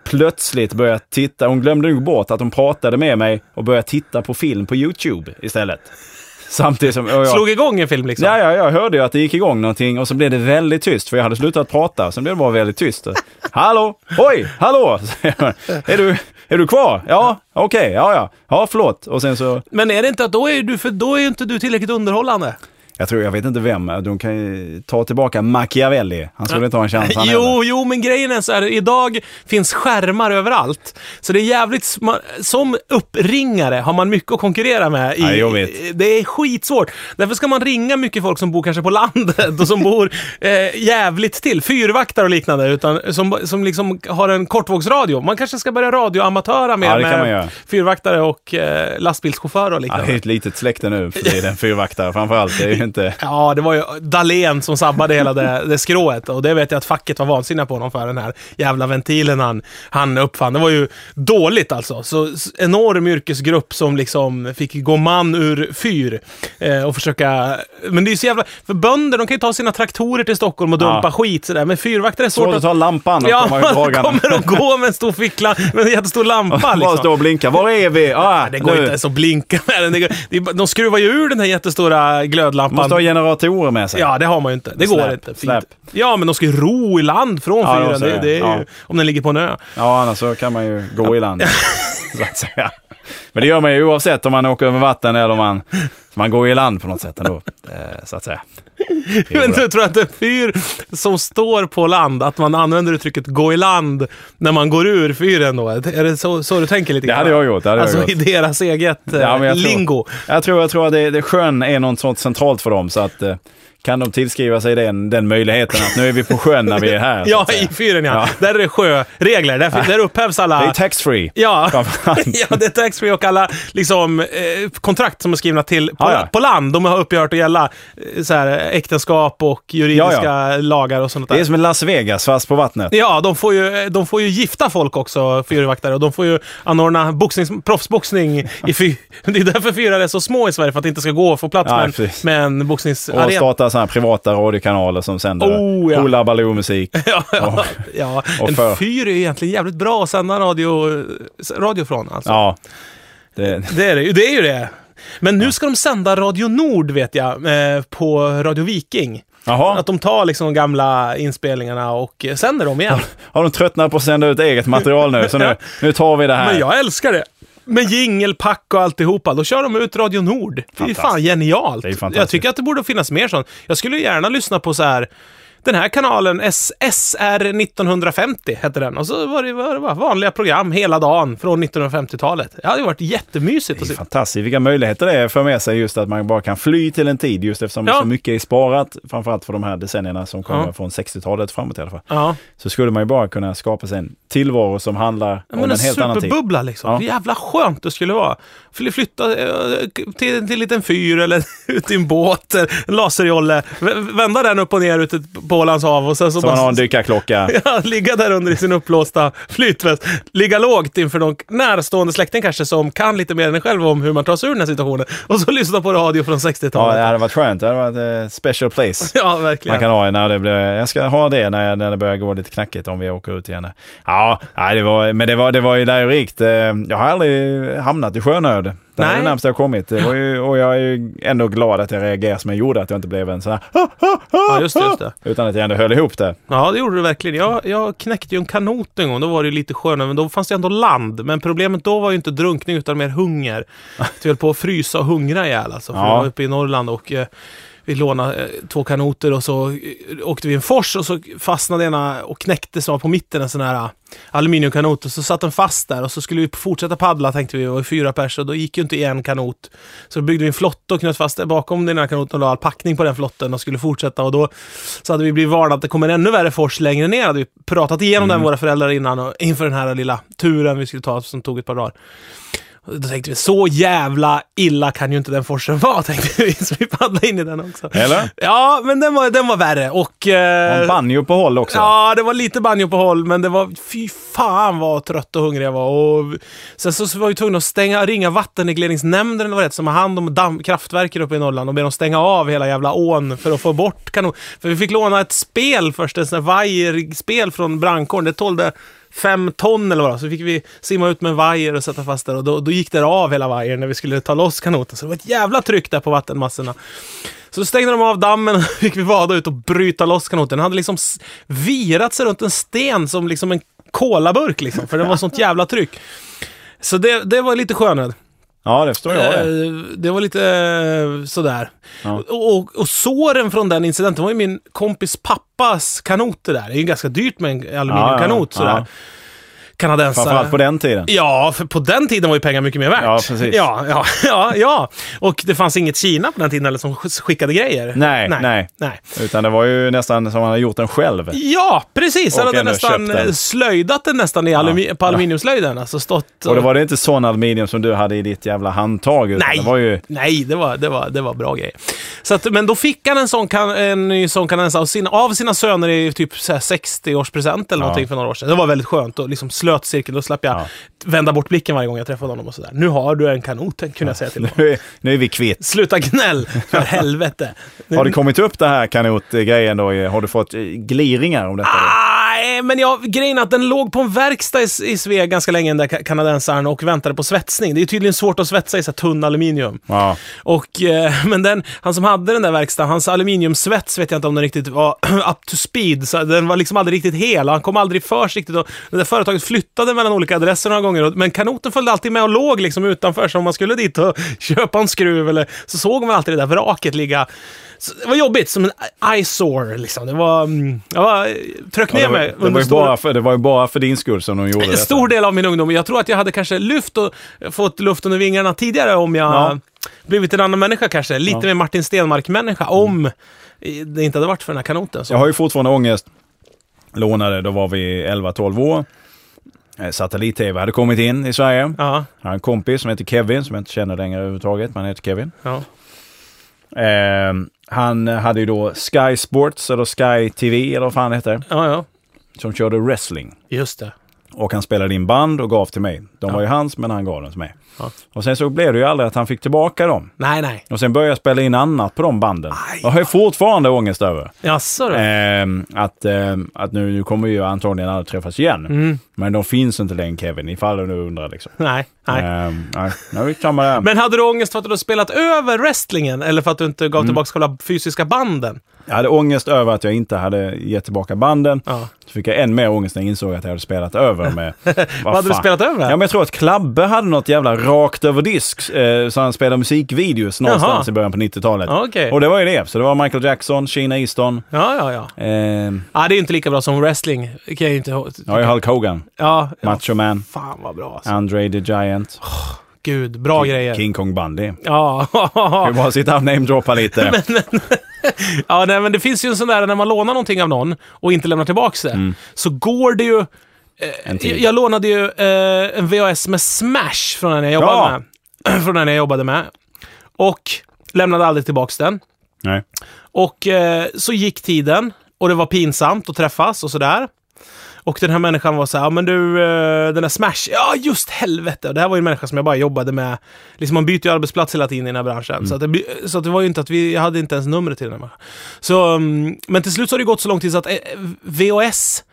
Speaker 1: plötsligt började titta. Hon glömde nog bort att hon pratade med mig och började titta på film på YouTube istället. Samtidigt som... och jag-
Speaker 2: Slog igång en film liksom?
Speaker 1: Ja, ja, jag hörde ju att det gick igång någonting och så blev det väldigt tyst för jag hade slutat prata. Sen blev det bara väldigt tyst. Hallå! Oj! Hallå! säger jag. Är du, är du kvar? Ja, okej, ja, ja. Ja, förlåt. Och sen så,
Speaker 2: Men är det inte att då är du, för då är ju inte du tillräckligt underhållande?
Speaker 1: jag tror, jag vet inte vem, de kan ju ta tillbaka Machiavelli. Han skulle inte ha en chans han heller.
Speaker 2: Jo, jo, men grejen är så här, idag finns skärmar överallt. Så det är jävligt, sma- som uppringare har man mycket att konkurrera med. I,
Speaker 1: Ja, jag vet.
Speaker 2: Det är skitsvårt. Därför ska man ringa mycket folk som bor kanske på landet och som bor eh, jävligt till, fyrvaktar och liknande, utan som, som liksom har en kortvågsradio. Man kanske ska börja radioamatöra mer
Speaker 1: Ja, det kan man
Speaker 2: med
Speaker 1: göra.
Speaker 2: fyrvaktare och eh, lastbilschaufförer och
Speaker 1: Ja,
Speaker 2: liknande.
Speaker 1: det är ett litet släkte nu för tiden, fyrvaktare framförallt. Det är ju inte...
Speaker 2: Ja, det var ju Dalen som sabbade hela det, det skrået och det vet jag att facket var vansinniga på honom för, den här jävla ventilen han, han uppfann. Det var ju dåligt alltså. Så s- enorm yrkesgrupp som liksom fick gå man ur fyr eh, och försöka... Men det är ju så jävla... För bönder, de kan ju ta sina traktorer till Stockholm och
Speaker 1: Ja.
Speaker 2: dumpa skit sådär, men fyrvakter är svårt
Speaker 1: Svårt att ta lampan och
Speaker 2: Ja,
Speaker 1: komma ut
Speaker 2: man
Speaker 1: dragarna.
Speaker 2: kommer att gå med en stor fickla, med en jättestor lampa
Speaker 1: Bara
Speaker 2: liksom.
Speaker 1: stå och blinka. Var är vi? Ah,
Speaker 2: Det går
Speaker 1: nu.
Speaker 2: inte ens att blinka med den. Det går- det är bara- De skruvar ju ur den här jättestora glödlampan.
Speaker 1: Måste ha generatorer med sig.
Speaker 2: Ja, det har man ju inte. Det går
Speaker 1: Släp,
Speaker 2: inte. Fint.
Speaker 1: släp.
Speaker 2: Ja, men de ska ju ro i land från
Speaker 1: Ja, de
Speaker 2: fyren.
Speaker 1: ska
Speaker 2: Det,
Speaker 1: det.
Speaker 2: det är ju,
Speaker 1: Ja.
Speaker 2: Om den ligger på en ö.
Speaker 1: Ja, annars så kan man ju gå i land. så att säga. Men det gör man ju oavsett om man åker över vatten eller om man, man går i land på något sätt ändå. eh, Så att säga. Det är
Speaker 2: Men
Speaker 1: bra.
Speaker 2: du tror att en fyr som står på land, att man använder uttrycket gå i land när man går ur fyren då? Är det så, så du tänker lite
Speaker 1: Det hade jag gjort. Det hade
Speaker 2: Alltså
Speaker 1: jag
Speaker 2: i
Speaker 1: gjort.
Speaker 2: deras eget eh,
Speaker 1: Ja, men jag tror-
Speaker 2: lingo.
Speaker 1: Jag tror, jag tror att det, det sjön är något sånt centralt för dem. Så att eh, kan de tillskriva sig den, den möjligheten att nu är vi på sjön när vi är här. så
Speaker 2: Ja,
Speaker 1: att säga.
Speaker 2: i fyren ja. Där är det sjöregler. Där, där upphävs alla...
Speaker 1: Det är taxfree.
Speaker 2: Ja.
Speaker 1: Framförallt.
Speaker 2: ja, det är taxfree och alla liksom, eh, kontrakt som är skrivna till på,
Speaker 1: Ja, ja.
Speaker 2: på land. De har upphört att gälla eh, så här, äktenskap och juridiska lagar och sånt där.
Speaker 1: Det är som en Las Vegas fast på vattnet.
Speaker 2: Ja, de får, ju, de får ju gifta folk också, fyrvaktare. Och de får ju anordna boxning, proffsboxning. I fy, det är därför fyrar är så små i Sverige, för att det inte ska gå att få plats
Speaker 1: Ja,
Speaker 2: med, en,
Speaker 1: precis.
Speaker 2: med en
Speaker 1: Och
Speaker 2: boxningsarena.
Speaker 1: starta sådana här privata radiokanaler som sänder
Speaker 2: Oh, ja.
Speaker 1: Hoola Baloo-musik.
Speaker 2: Ja, ja, ja.
Speaker 1: och
Speaker 2: En
Speaker 1: för-
Speaker 2: fyr är ju egentligen jävligt bra att sända radio, eh, radio från. Alltså.
Speaker 1: Ja. Det,
Speaker 2: Det, är det, ju, det är ju det. Men nu ska de sända Radio Nord, vet jag, eh, på Radio Viking.
Speaker 1: jaha,
Speaker 2: Att de tar liksom de gamla inspelningarna och eh, sänder dem igen.
Speaker 1: har de tröttnat på att sända ut eget material nu? Så nu, nu tar vi det här.
Speaker 2: Men jag älskar det. Med jingelpack och alltihopa. Då kör de ut Radio Nord. Det är ju fan
Speaker 1: Fantastiskt.
Speaker 2: genialt.
Speaker 1: Det är ju fantastiskt.
Speaker 2: jag tycker att det borde finnas mer sånt. Jag skulle ju gärna lyssna på så här. Den här kanalen, S- SR 1950, hette den. Och så var det, var det bara vanliga program hela dagen från 1950-talet. Det hade ju varit jättemysigt att
Speaker 1: Det är
Speaker 2: se.
Speaker 1: fantastiskt vilka möjligheter det är för med sig just att man bara kan fly till en tid just eftersom
Speaker 2: Ja.
Speaker 1: så mycket är sparat framförallt för de här decennierna som kommer
Speaker 2: Ja.
Speaker 1: från 60-talet framåt i alla fall.
Speaker 2: Ja,
Speaker 1: Så skulle man ju bara kunna skapa sig en tillvaro som handlar
Speaker 2: Ja,
Speaker 1: om
Speaker 2: men
Speaker 1: en,
Speaker 2: en
Speaker 1: helt annan tid.
Speaker 2: superbubbla liksom.
Speaker 1: Ja.
Speaker 2: Hur jävla skönt det skulle vara. Fly- Flytta eh, till, till en liten fyr eller ut i en båt, eh, en laserjolle. V- Vända den upp och ner ute på Ålands hav och sen så
Speaker 1: Som man har en dykarklocka.
Speaker 2: Ja, ligga där under i sin uppblåsta flytväst. Ligga lågt inför någon närstående släkting kanske som kan lite mer än en själv om hur man tar sig ur den här situationen. Och så lyssna på radio från
Speaker 1: Ja,
Speaker 2: 60-talet.
Speaker 1: det
Speaker 2: Ja,
Speaker 1: hade varit skönt. Det hade varit eh, special place. Man
Speaker 2: verkligen.
Speaker 1: kan ha när det blir, jag ska ha det när, jag, när det börjar gå lite knackigt om vi åker ut igen. Ja, nej, det var, men det var, det var ju lärorikt. Eh, Jag har aldrig hamnat i sjönöd. Det är
Speaker 2: Nej.
Speaker 1: det närmaste jag kommit. Det var ju, och jag är ju ändå glad att jag reagerade som jag gjorde, att jag inte blev en sån här
Speaker 2: Ja, just det, just det.
Speaker 1: Utan att jag ändå höll ihop det.
Speaker 2: Ja, det gjorde du verkligen. Jag, jag knäckte ju en kanot en gång. Då var det ju lite skönare, men då fanns det ändå land. Men problemet då var ju inte drunkning utan mer hunger. Att vi höll på att frysa och hungra ihjäl alltså. För
Speaker 1: Ja.
Speaker 2: jag var uppe i Norrland och eh, vi lånade eh, två kanoter och så eh, åkte vi en fors och så fastnade ena och knäckte som var på mitten en sån här eh, aluminiumkanot. Och så satt den fast där och så skulle vi fortsätta paddla tänkte vi. Vi var fyra pers och då gick ju inte en kanot. Så byggde vi en flotte och knöt fast den bakom den ena kanoten och la all packning på den flotten och skulle fortsätta. Och då så hade vi blivit varnade att det kommer en ännu värre fors längre ner. Hade vi pratat igenom det med våra föräldrar innan och inför den här lilla turen vi skulle ta som tog ett par dagar. Och Då tänkte vi, så jävla illa kan ju inte den forsen vara, tänkte vi. Så vi paddlade in i den också.
Speaker 1: Eller?
Speaker 2: Ja, men den var, den var värre. Och... eh,
Speaker 1: Och banjo på håll också.
Speaker 2: Ja, det var lite banjo på håll, men det var fy fan vad trött och hungrig jag var. Och sen så så var jag ju tvungen att stänga, ringa vattenregleringsnämnden eller vad det heter, som har hand om damm, kraftverken uppe i Norrland och be dem stänga av hela jävla ån för att få bort kanon. För vi fick låna ett spel först, en sån här vajerspel från brandkåren. Det tålde fem ton eller vad det var. Så fick vi simma ut med en vajer och sätta fast där och då, då gick det av hela vajern när vi skulle ta loss kanoten. Så det var ett jävla tryck där på vattenmassorna. Så stängde de av dammen och fick vi vada ut och bryta loss kanoten. Den hade liksom s- virat sig runt en sten som liksom en kolaburk liksom, för det var sånt jävla tryck. Så det, det var lite skönare.
Speaker 1: Ja, det förstår jag det.
Speaker 2: Eh, det var lite eh, sådär.
Speaker 1: Ja.
Speaker 2: Och, och, och såren från den incidenten var ju min kompis pappas kanot det där. Det är ju ganska dyrt med en aluminiumkanot
Speaker 1: Ja, ja,
Speaker 2: sådär.
Speaker 1: ja.
Speaker 2: Kanadensare.
Speaker 1: Framförallt på den tiden.
Speaker 2: Ja, för på den tiden var ju pengar mycket mer värt.
Speaker 1: Ja, precis.
Speaker 2: Ja, ja, ja, ja. Och det fanns inget Kina på den tiden eller som sk- skickade grejer.
Speaker 1: Nej, nej.
Speaker 2: nej.
Speaker 1: Utan det var ju nästan som man hade gjort den själv.
Speaker 2: Ja, precis.
Speaker 1: Och
Speaker 2: Han hade
Speaker 1: ändå
Speaker 2: nästan
Speaker 1: köpt den.
Speaker 2: slöjdat den nästan i alumi- på aluminiumslöjden. Alltså stått
Speaker 1: Och det var det inte sån aluminium som du hade i ditt jävla handtag. Utan
Speaker 2: Nej.
Speaker 1: Det var ju
Speaker 2: Nej, det var, det var, det var bra grejer. Så att, men då fick han en sån, kan, en ny sån kanadensare av, sin, av sina söner i typ så här 60-årspresent eller någonting för några år sedan. Det var väldigt skönt och liksom slöt cirkeln. Då slapp jag
Speaker 1: Ja.
Speaker 2: vända bort blicken varje gång jag träffade honom och sådär. Nu har du en kanot, kunde jag säga till honom.
Speaker 1: Nu är, nu är vi kvitt.
Speaker 2: Sluta gnäll, för helvete.
Speaker 1: Har det kommit upp det här kanotgrejen då? Har du fått eh, gliringar om detta?
Speaker 2: Ah!
Speaker 1: då?
Speaker 2: Nej, eh, men jag, grejen är att den låg på en verkstad i, i Sveg ganska länge, den där ka- kanadensaren, och väntade på svetsning. Det är tydligen svårt att svetsa i så här tunn aluminium.
Speaker 1: Ja.
Speaker 2: Och, eh, men den, han som hade den där verkstaden, hans aluminiumsvets vet jag inte om den riktigt var up to speed. Så den var liksom aldrig riktigt hel. Han kom aldrig för sig riktigt. Och det där företaget flyttade mellan olika adresser några gånger. och- Men kanoten följde alltid med och låg liksom utanför. Så om man skulle dit och köpa en skruv eller, så såg man alltid det där vraket ligga. Så det var jobbigt, som en eyesore liksom. Det var... mm, Jag var, tröck
Speaker 1: Ja,
Speaker 2: ner
Speaker 1: det, var,
Speaker 2: mig
Speaker 1: det, var ju
Speaker 2: stora-
Speaker 1: bara för, det var ju bara för din skull som de gjorde
Speaker 2: en
Speaker 1: detta.
Speaker 2: stor del av min ungdom. Jag tror att jag hade kanske lyft och fått luft under vingarna tidigare om jag
Speaker 1: Ja.
Speaker 2: blivit en annan människa kanske. Lite mer Martin Stenmark-människa om det inte hade varit för den här kanoten. Så.
Speaker 1: Jag har ju fortfarande ångest. Lånade, då var vi 11-12 år. Eh, Satellit-tv hade kommit in i Sverige.
Speaker 2: Ja,
Speaker 1: Jag har en kompis som heter Kevin, som jag inte känner längre överhuvudtaget, men han heter Kevin.
Speaker 2: ja.
Speaker 1: Eh, han hade ju då Sky Sports eller Sky TV eller vad fan det hette,
Speaker 2: Ja, ja.
Speaker 1: som körde wrestling.
Speaker 2: Just det.
Speaker 1: Och han spelade in band och gav till mig. De var ju hans, men han gav dem till mig.
Speaker 2: Ja.
Speaker 1: Och sen så blev det ju aldrig att han fick tillbaka dem.
Speaker 2: Nej, nej.
Speaker 1: Och sen började jag spela in annat på de banden. Jag har ju fortfarande ångest över.
Speaker 2: Jaså du?
Speaker 1: Ehm, att ehm, att nu, nu kommer vi ju antagligen aldrig träffas igen.
Speaker 2: Mm.
Speaker 1: Men de finns inte längre Kevin, ifall du nu undrar liksom.
Speaker 2: Nej, nej.
Speaker 1: Ehm, nej, nu är det samma där.
Speaker 2: Men hade du ångest för att du hade spelat över wrestlingen eller för att du inte gav tillbaka själva fysiska banden?
Speaker 1: Jag hade ångest över att jag inte hade gett tillbaka banden.
Speaker 2: Ja.
Speaker 1: Så fick jag än mer ångest när jag insåg att jag hade spelat över med...
Speaker 2: Vad hade du spelat över?
Speaker 1: Ja, men jag tror att Klabbe hade något jävla rakt över disk, eh, så han spelade musikvideos någonstans i
Speaker 2: Jaha.
Speaker 1: början på 90-talet.
Speaker 2: Ja, okej.
Speaker 1: Och det var ju det. Så det var Michael Jackson, Sheena Easton,
Speaker 2: Ja, ja, ja.
Speaker 1: eh, ja,
Speaker 2: Ja, det är ju inte lika bra som wrestling. Det kan jag ju inte... ihåg.
Speaker 1: jag har Hulk Hogan,
Speaker 2: Ja, ja.
Speaker 1: Macho Man,
Speaker 2: Fan vad bra alltså.
Speaker 1: Andre the Giant,
Speaker 2: Gud, bra grejer.
Speaker 1: King Kong Bundy.
Speaker 2: Ja.
Speaker 1: Vi bara sitta och namedroppa lite.
Speaker 2: ja, nej, men det finns ju en sån där när man lånar någonting av någon och inte lämnar tillbaka det. Så går det ju...
Speaker 1: En
Speaker 2: Jag,
Speaker 1: till.
Speaker 2: jag lånade ju eh, en VHS med Smash från den jag jobbade
Speaker 1: Ja.
Speaker 2: med. från den jag jobbade med. Och lämnade aldrig tillbaka den.
Speaker 1: Nej.
Speaker 2: Och eh, så gick tiden och det var pinsamt att träffas och sådär. Och den här människan var så här, "Ja, men du, eh, den där Smash, ja just helvete. Och det här var ju en människa som jag bara jobbade med. Liksom man byter ju arbetsplats hela tiden i den här branschen. Så, att det, blir- så att det var ju inte att vi, jag hade inte ens numret till den här människan. Så, mm, men till slut så har det gått så lång tid så att eh, VHS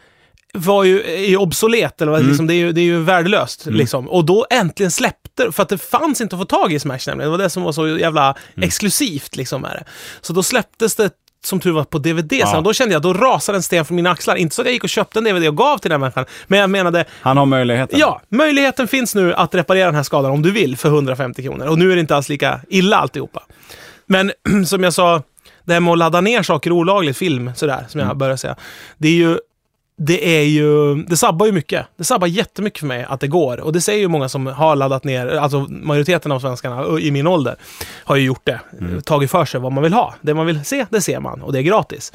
Speaker 2: var ju, är ju obsolet, eller vad, liksom, det, är ju, det är ju värdelöst. Liksom. Och då äntligen släppte för att det fanns inte att få tag i Smash nämligen. Det var det som var så jävla exklusivt. Liksom, med det. Så då släpptes det som tur var på DVD sen.
Speaker 1: Ja.
Speaker 2: Och Då kände jag, då rasade en sten från mina axlar. Inte så att jag gick och köpte en DVD och gav till den här människan, men jag menade,
Speaker 1: Han har möjligheten.
Speaker 2: ja, möjligheten finns nu att reparera den här skadan om du vill för 150 kronor. Och nu är det inte alls lika illa alltihopa. Men som jag sa, det här med att ladda ner saker olagligt, film sådär, som jag började säga. Det är ju det är ju, det sabbar ju mycket. Det sabbar jättemycket för mig att det går. Och det säger ju många som har laddat ner, alltså majoriteten av svenskarna ö, i min ålder har ju gjort det. Tagit för sig vad man vill ha. Det man vill se, det ser man. Och det är gratis.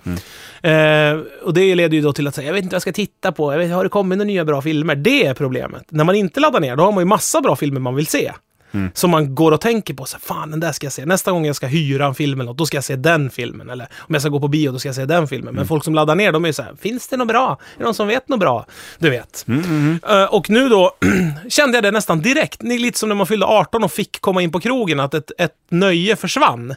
Speaker 2: Eh, och det leder ju då till att säga, jag vet inte vad jag ska titta på. Jag vet, har det kommit några nya bra filmer? Det är problemet. När man inte laddar ner, då har man ju massa bra filmer man vill se. Som man går och tänker på, så här, fan den där ska jag se. Nästa gång jag ska hyra en film eller något, då ska jag se den filmen. Eller om jag ska gå på bio, då ska jag se den filmen. Men folk som laddar ner, de är ju så här, finns det något bra? Är det någon som vet något bra? Du vet. Eh, och nu då kände jag det nästan direkt, Ni- lite som när man fyllde 18 och fick komma in på krogen, att ett, ett nöje försvann.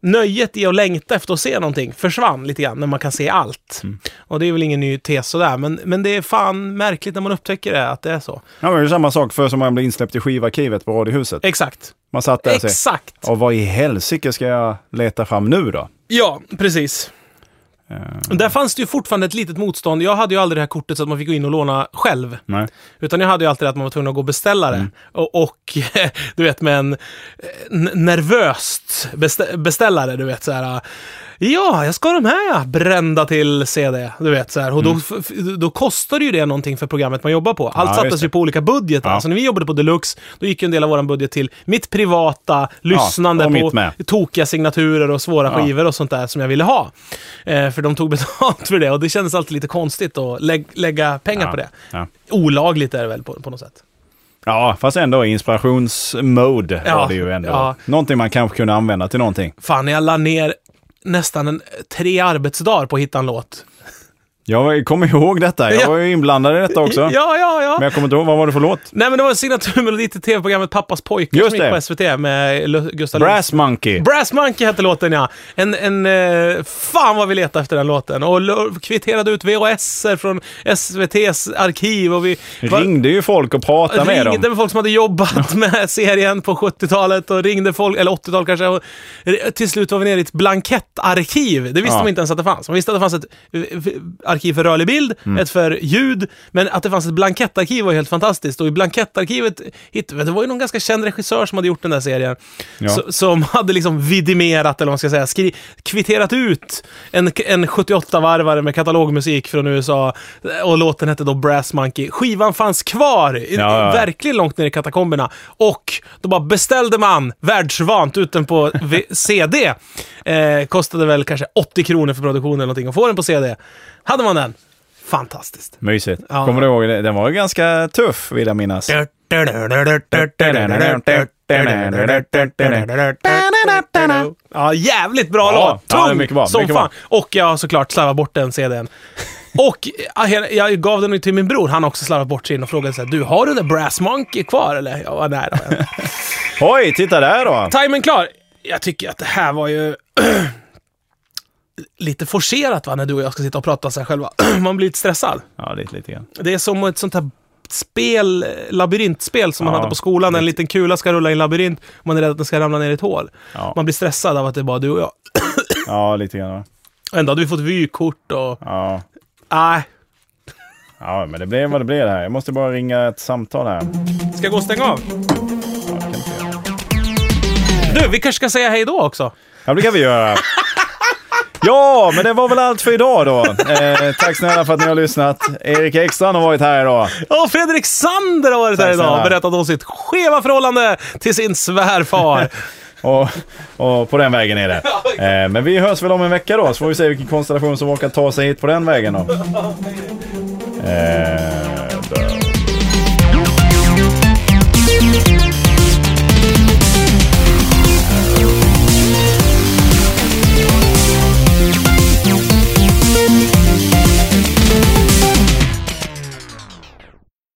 Speaker 2: Nöjet i att längta efter att se någonting försvann lite grann, när man kan se allt. Och det är väl ingen ny tes sådär, men, men det är fan märkligt när man upptäcker det, att det är så.
Speaker 1: Ja, men det är ju samma sak för som man blev insläppt i skivarkivet på Radiohuset.
Speaker 2: Exakt.
Speaker 1: Man satt där och sa,
Speaker 2: Exakt.
Speaker 1: och vad i helsike ska jag leta fram nu då?
Speaker 2: Ja, precis. Där fanns det ju fortfarande ett litet motstånd. Jag hade ju aldrig det här kortet så att man fick gå in och låna själv.
Speaker 1: Nej.
Speaker 2: Utan jag hade ju alltid att man var tvungen att gå och beställa
Speaker 1: Mm.
Speaker 2: det. Och, och du vet, med en eh, n- nervöst bestä- beställare, du vet så här. Ja, jag ska ha de här ja, brända till CD. Du vet så här. Och då, f- då kostade ju det någonting för programmet man jobbar på. Allt
Speaker 1: Mm. Ja, just
Speaker 2: sattes
Speaker 1: det.
Speaker 2: ju på olika budgetar.
Speaker 1: Ja.
Speaker 2: Så när vi jobbade på Deluxe, då gick ju en del av vår budget till mitt privata lyssnande
Speaker 1: och mitt
Speaker 2: på
Speaker 1: med.
Speaker 2: tokiga signaturer och svåra
Speaker 1: Ja.
Speaker 2: skivor och sånt där som jag ville ha. Eh, för de tog betalt för det och det kändes alltid lite konstigt att lä- lägga pengar
Speaker 1: Ja.
Speaker 2: på det.
Speaker 1: Ja.
Speaker 2: Olagligt är det väl på, på något sätt.
Speaker 1: Ja, fast ändå inspirationsmode
Speaker 2: Ja,
Speaker 1: var det ju ändå.
Speaker 2: ja.
Speaker 1: Någonting man kanske kunde använda till någonting.
Speaker 2: Fan, jag la ner nästan en, tre arbetsdagar på att hitta en låt.
Speaker 1: Jag var- kommer ihåg detta. Jag
Speaker 2: Ja.
Speaker 1: var ju inblandad i detta också.
Speaker 2: Ja, ja, ja.
Speaker 1: Men jag kommer inte ihåg, vad var det för låt?
Speaker 2: Nej, men det var en signaturmelodi till tv-programmet Pappas pojkar
Speaker 1: Just
Speaker 2: som gick
Speaker 1: det.
Speaker 2: på SVT med Lu- Gustav Lund-
Speaker 1: Brass Monkey.
Speaker 2: Brass Monkey hette låten ja. En, en, eh, fan vad vi letade efter den låten. Och lo- kvitterade ut VHS från SVTs arkiv. Och vi var-
Speaker 1: Ringde ju folk och pratade med
Speaker 2: ringde
Speaker 1: dem.
Speaker 2: med folk som hade jobbat med serien på 70-talet och ringde folk, eller 80-talet kanske. Och re- till slut var vi nere i ett blankettarkiv. Det visste
Speaker 1: Ja.
Speaker 2: man inte ens att det fanns. Man visste att det fanns ett eh, f- arkiv för rörlig bild,
Speaker 1: Mm.
Speaker 2: ett för ljud, men att det fanns ett blankettarkiv var ju helt fantastiskt. Och i blankettarkivet hittade det var ju någon ganska känd regissör som hade gjort den där serien.
Speaker 1: Ja.
Speaker 2: Så, som hade liksom vidimerat, eller vad man ska säga, skri- kvitterat ut en, en 78-varvare med katalogmusik från USA eh, och låten hette då Brass Monkey. Skivan fanns kvar, i-
Speaker 1: Ja, ja.
Speaker 2: verkligen långt ner i katakomberna. Och då bara beställde man världsvant ut den på v- CD. Eh, kostade väl kanske 80 kronor för produktionen eller någonting och få den på CD. Hade man den. Fantastiskt.
Speaker 1: Mysigt.
Speaker 2: Ja.
Speaker 1: Kommer du ihåg det? Den var ju ganska tuff vill jag minnas.
Speaker 2: Dört, Ja, jävligt bra
Speaker 1: Ja,
Speaker 2: låt!
Speaker 1: ja, det är
Speaker 2: Tung
Speaker 1: mycket bra,
Speaker 2: som
Speaker 1: mycket
Speaker 2: fan.
Speaker 1: bra.
Speaker 2: Och jag har såklart slarvat bort den CDn. och ja, hela- jag gav den ju till min bror. Han har också slarvat bort sin och frågade så här, du har du den där Brass Monkey kvar eller? Jag var nära.
Speaker 1: Oj, titta där då!
Speaker 2: Timern klar! Jag tycker att det här var ju lite forcerat va, när du och jag ska sitta och prata så här själva. Man blir lite stressad.
Speaker 1: Ja, lite, lite grann.
Speaker 2: Det är som ett sånt här spel, labyrintspel som man
Speaker 1: Ja,
Speaker 2: hade på skolan. En liten kula ska rulla i en labyrint och man är rädd att den ska ramla ner i ett hål.
Speaker 1: Ja.
Speaker 2: Man blir stressad av att det är bara du och jag.
Speaker 1: Ja, lite grann. va?
Speaker 2: Och Ändå hade vi fått vykort och...
Speaker 1: Ja.
Speaker 2: Nej.
Speaker 1: ja, men det blev vad det blev det här. Jag måste bara ringa ett samtal här.
Speaker 2: Ska jag gå och stänga av? Du, vi kanske ska säga hej då också?
Speaker 1: Ja, det kan vi göra. Ja, men det var väl allt för idag då. Eh, tack snälla för att ni har lyssnat. Erik Ekstrand har varit här idag.
Speaker 2: Ja, Fredrik Sander har varit
Speaker 1: Tack
Speaker 2: här idag och
Speaker 1: snälla.
Speaker 2: berättat om sitt skeva förhållande till sin svärfar.
Speaker 1: Och, och på den vägen är det. Eh, men vi hörs väl om en vecka då, så får vi se vilken konstellation som orkar ta sig hit på den vägen då. Eh,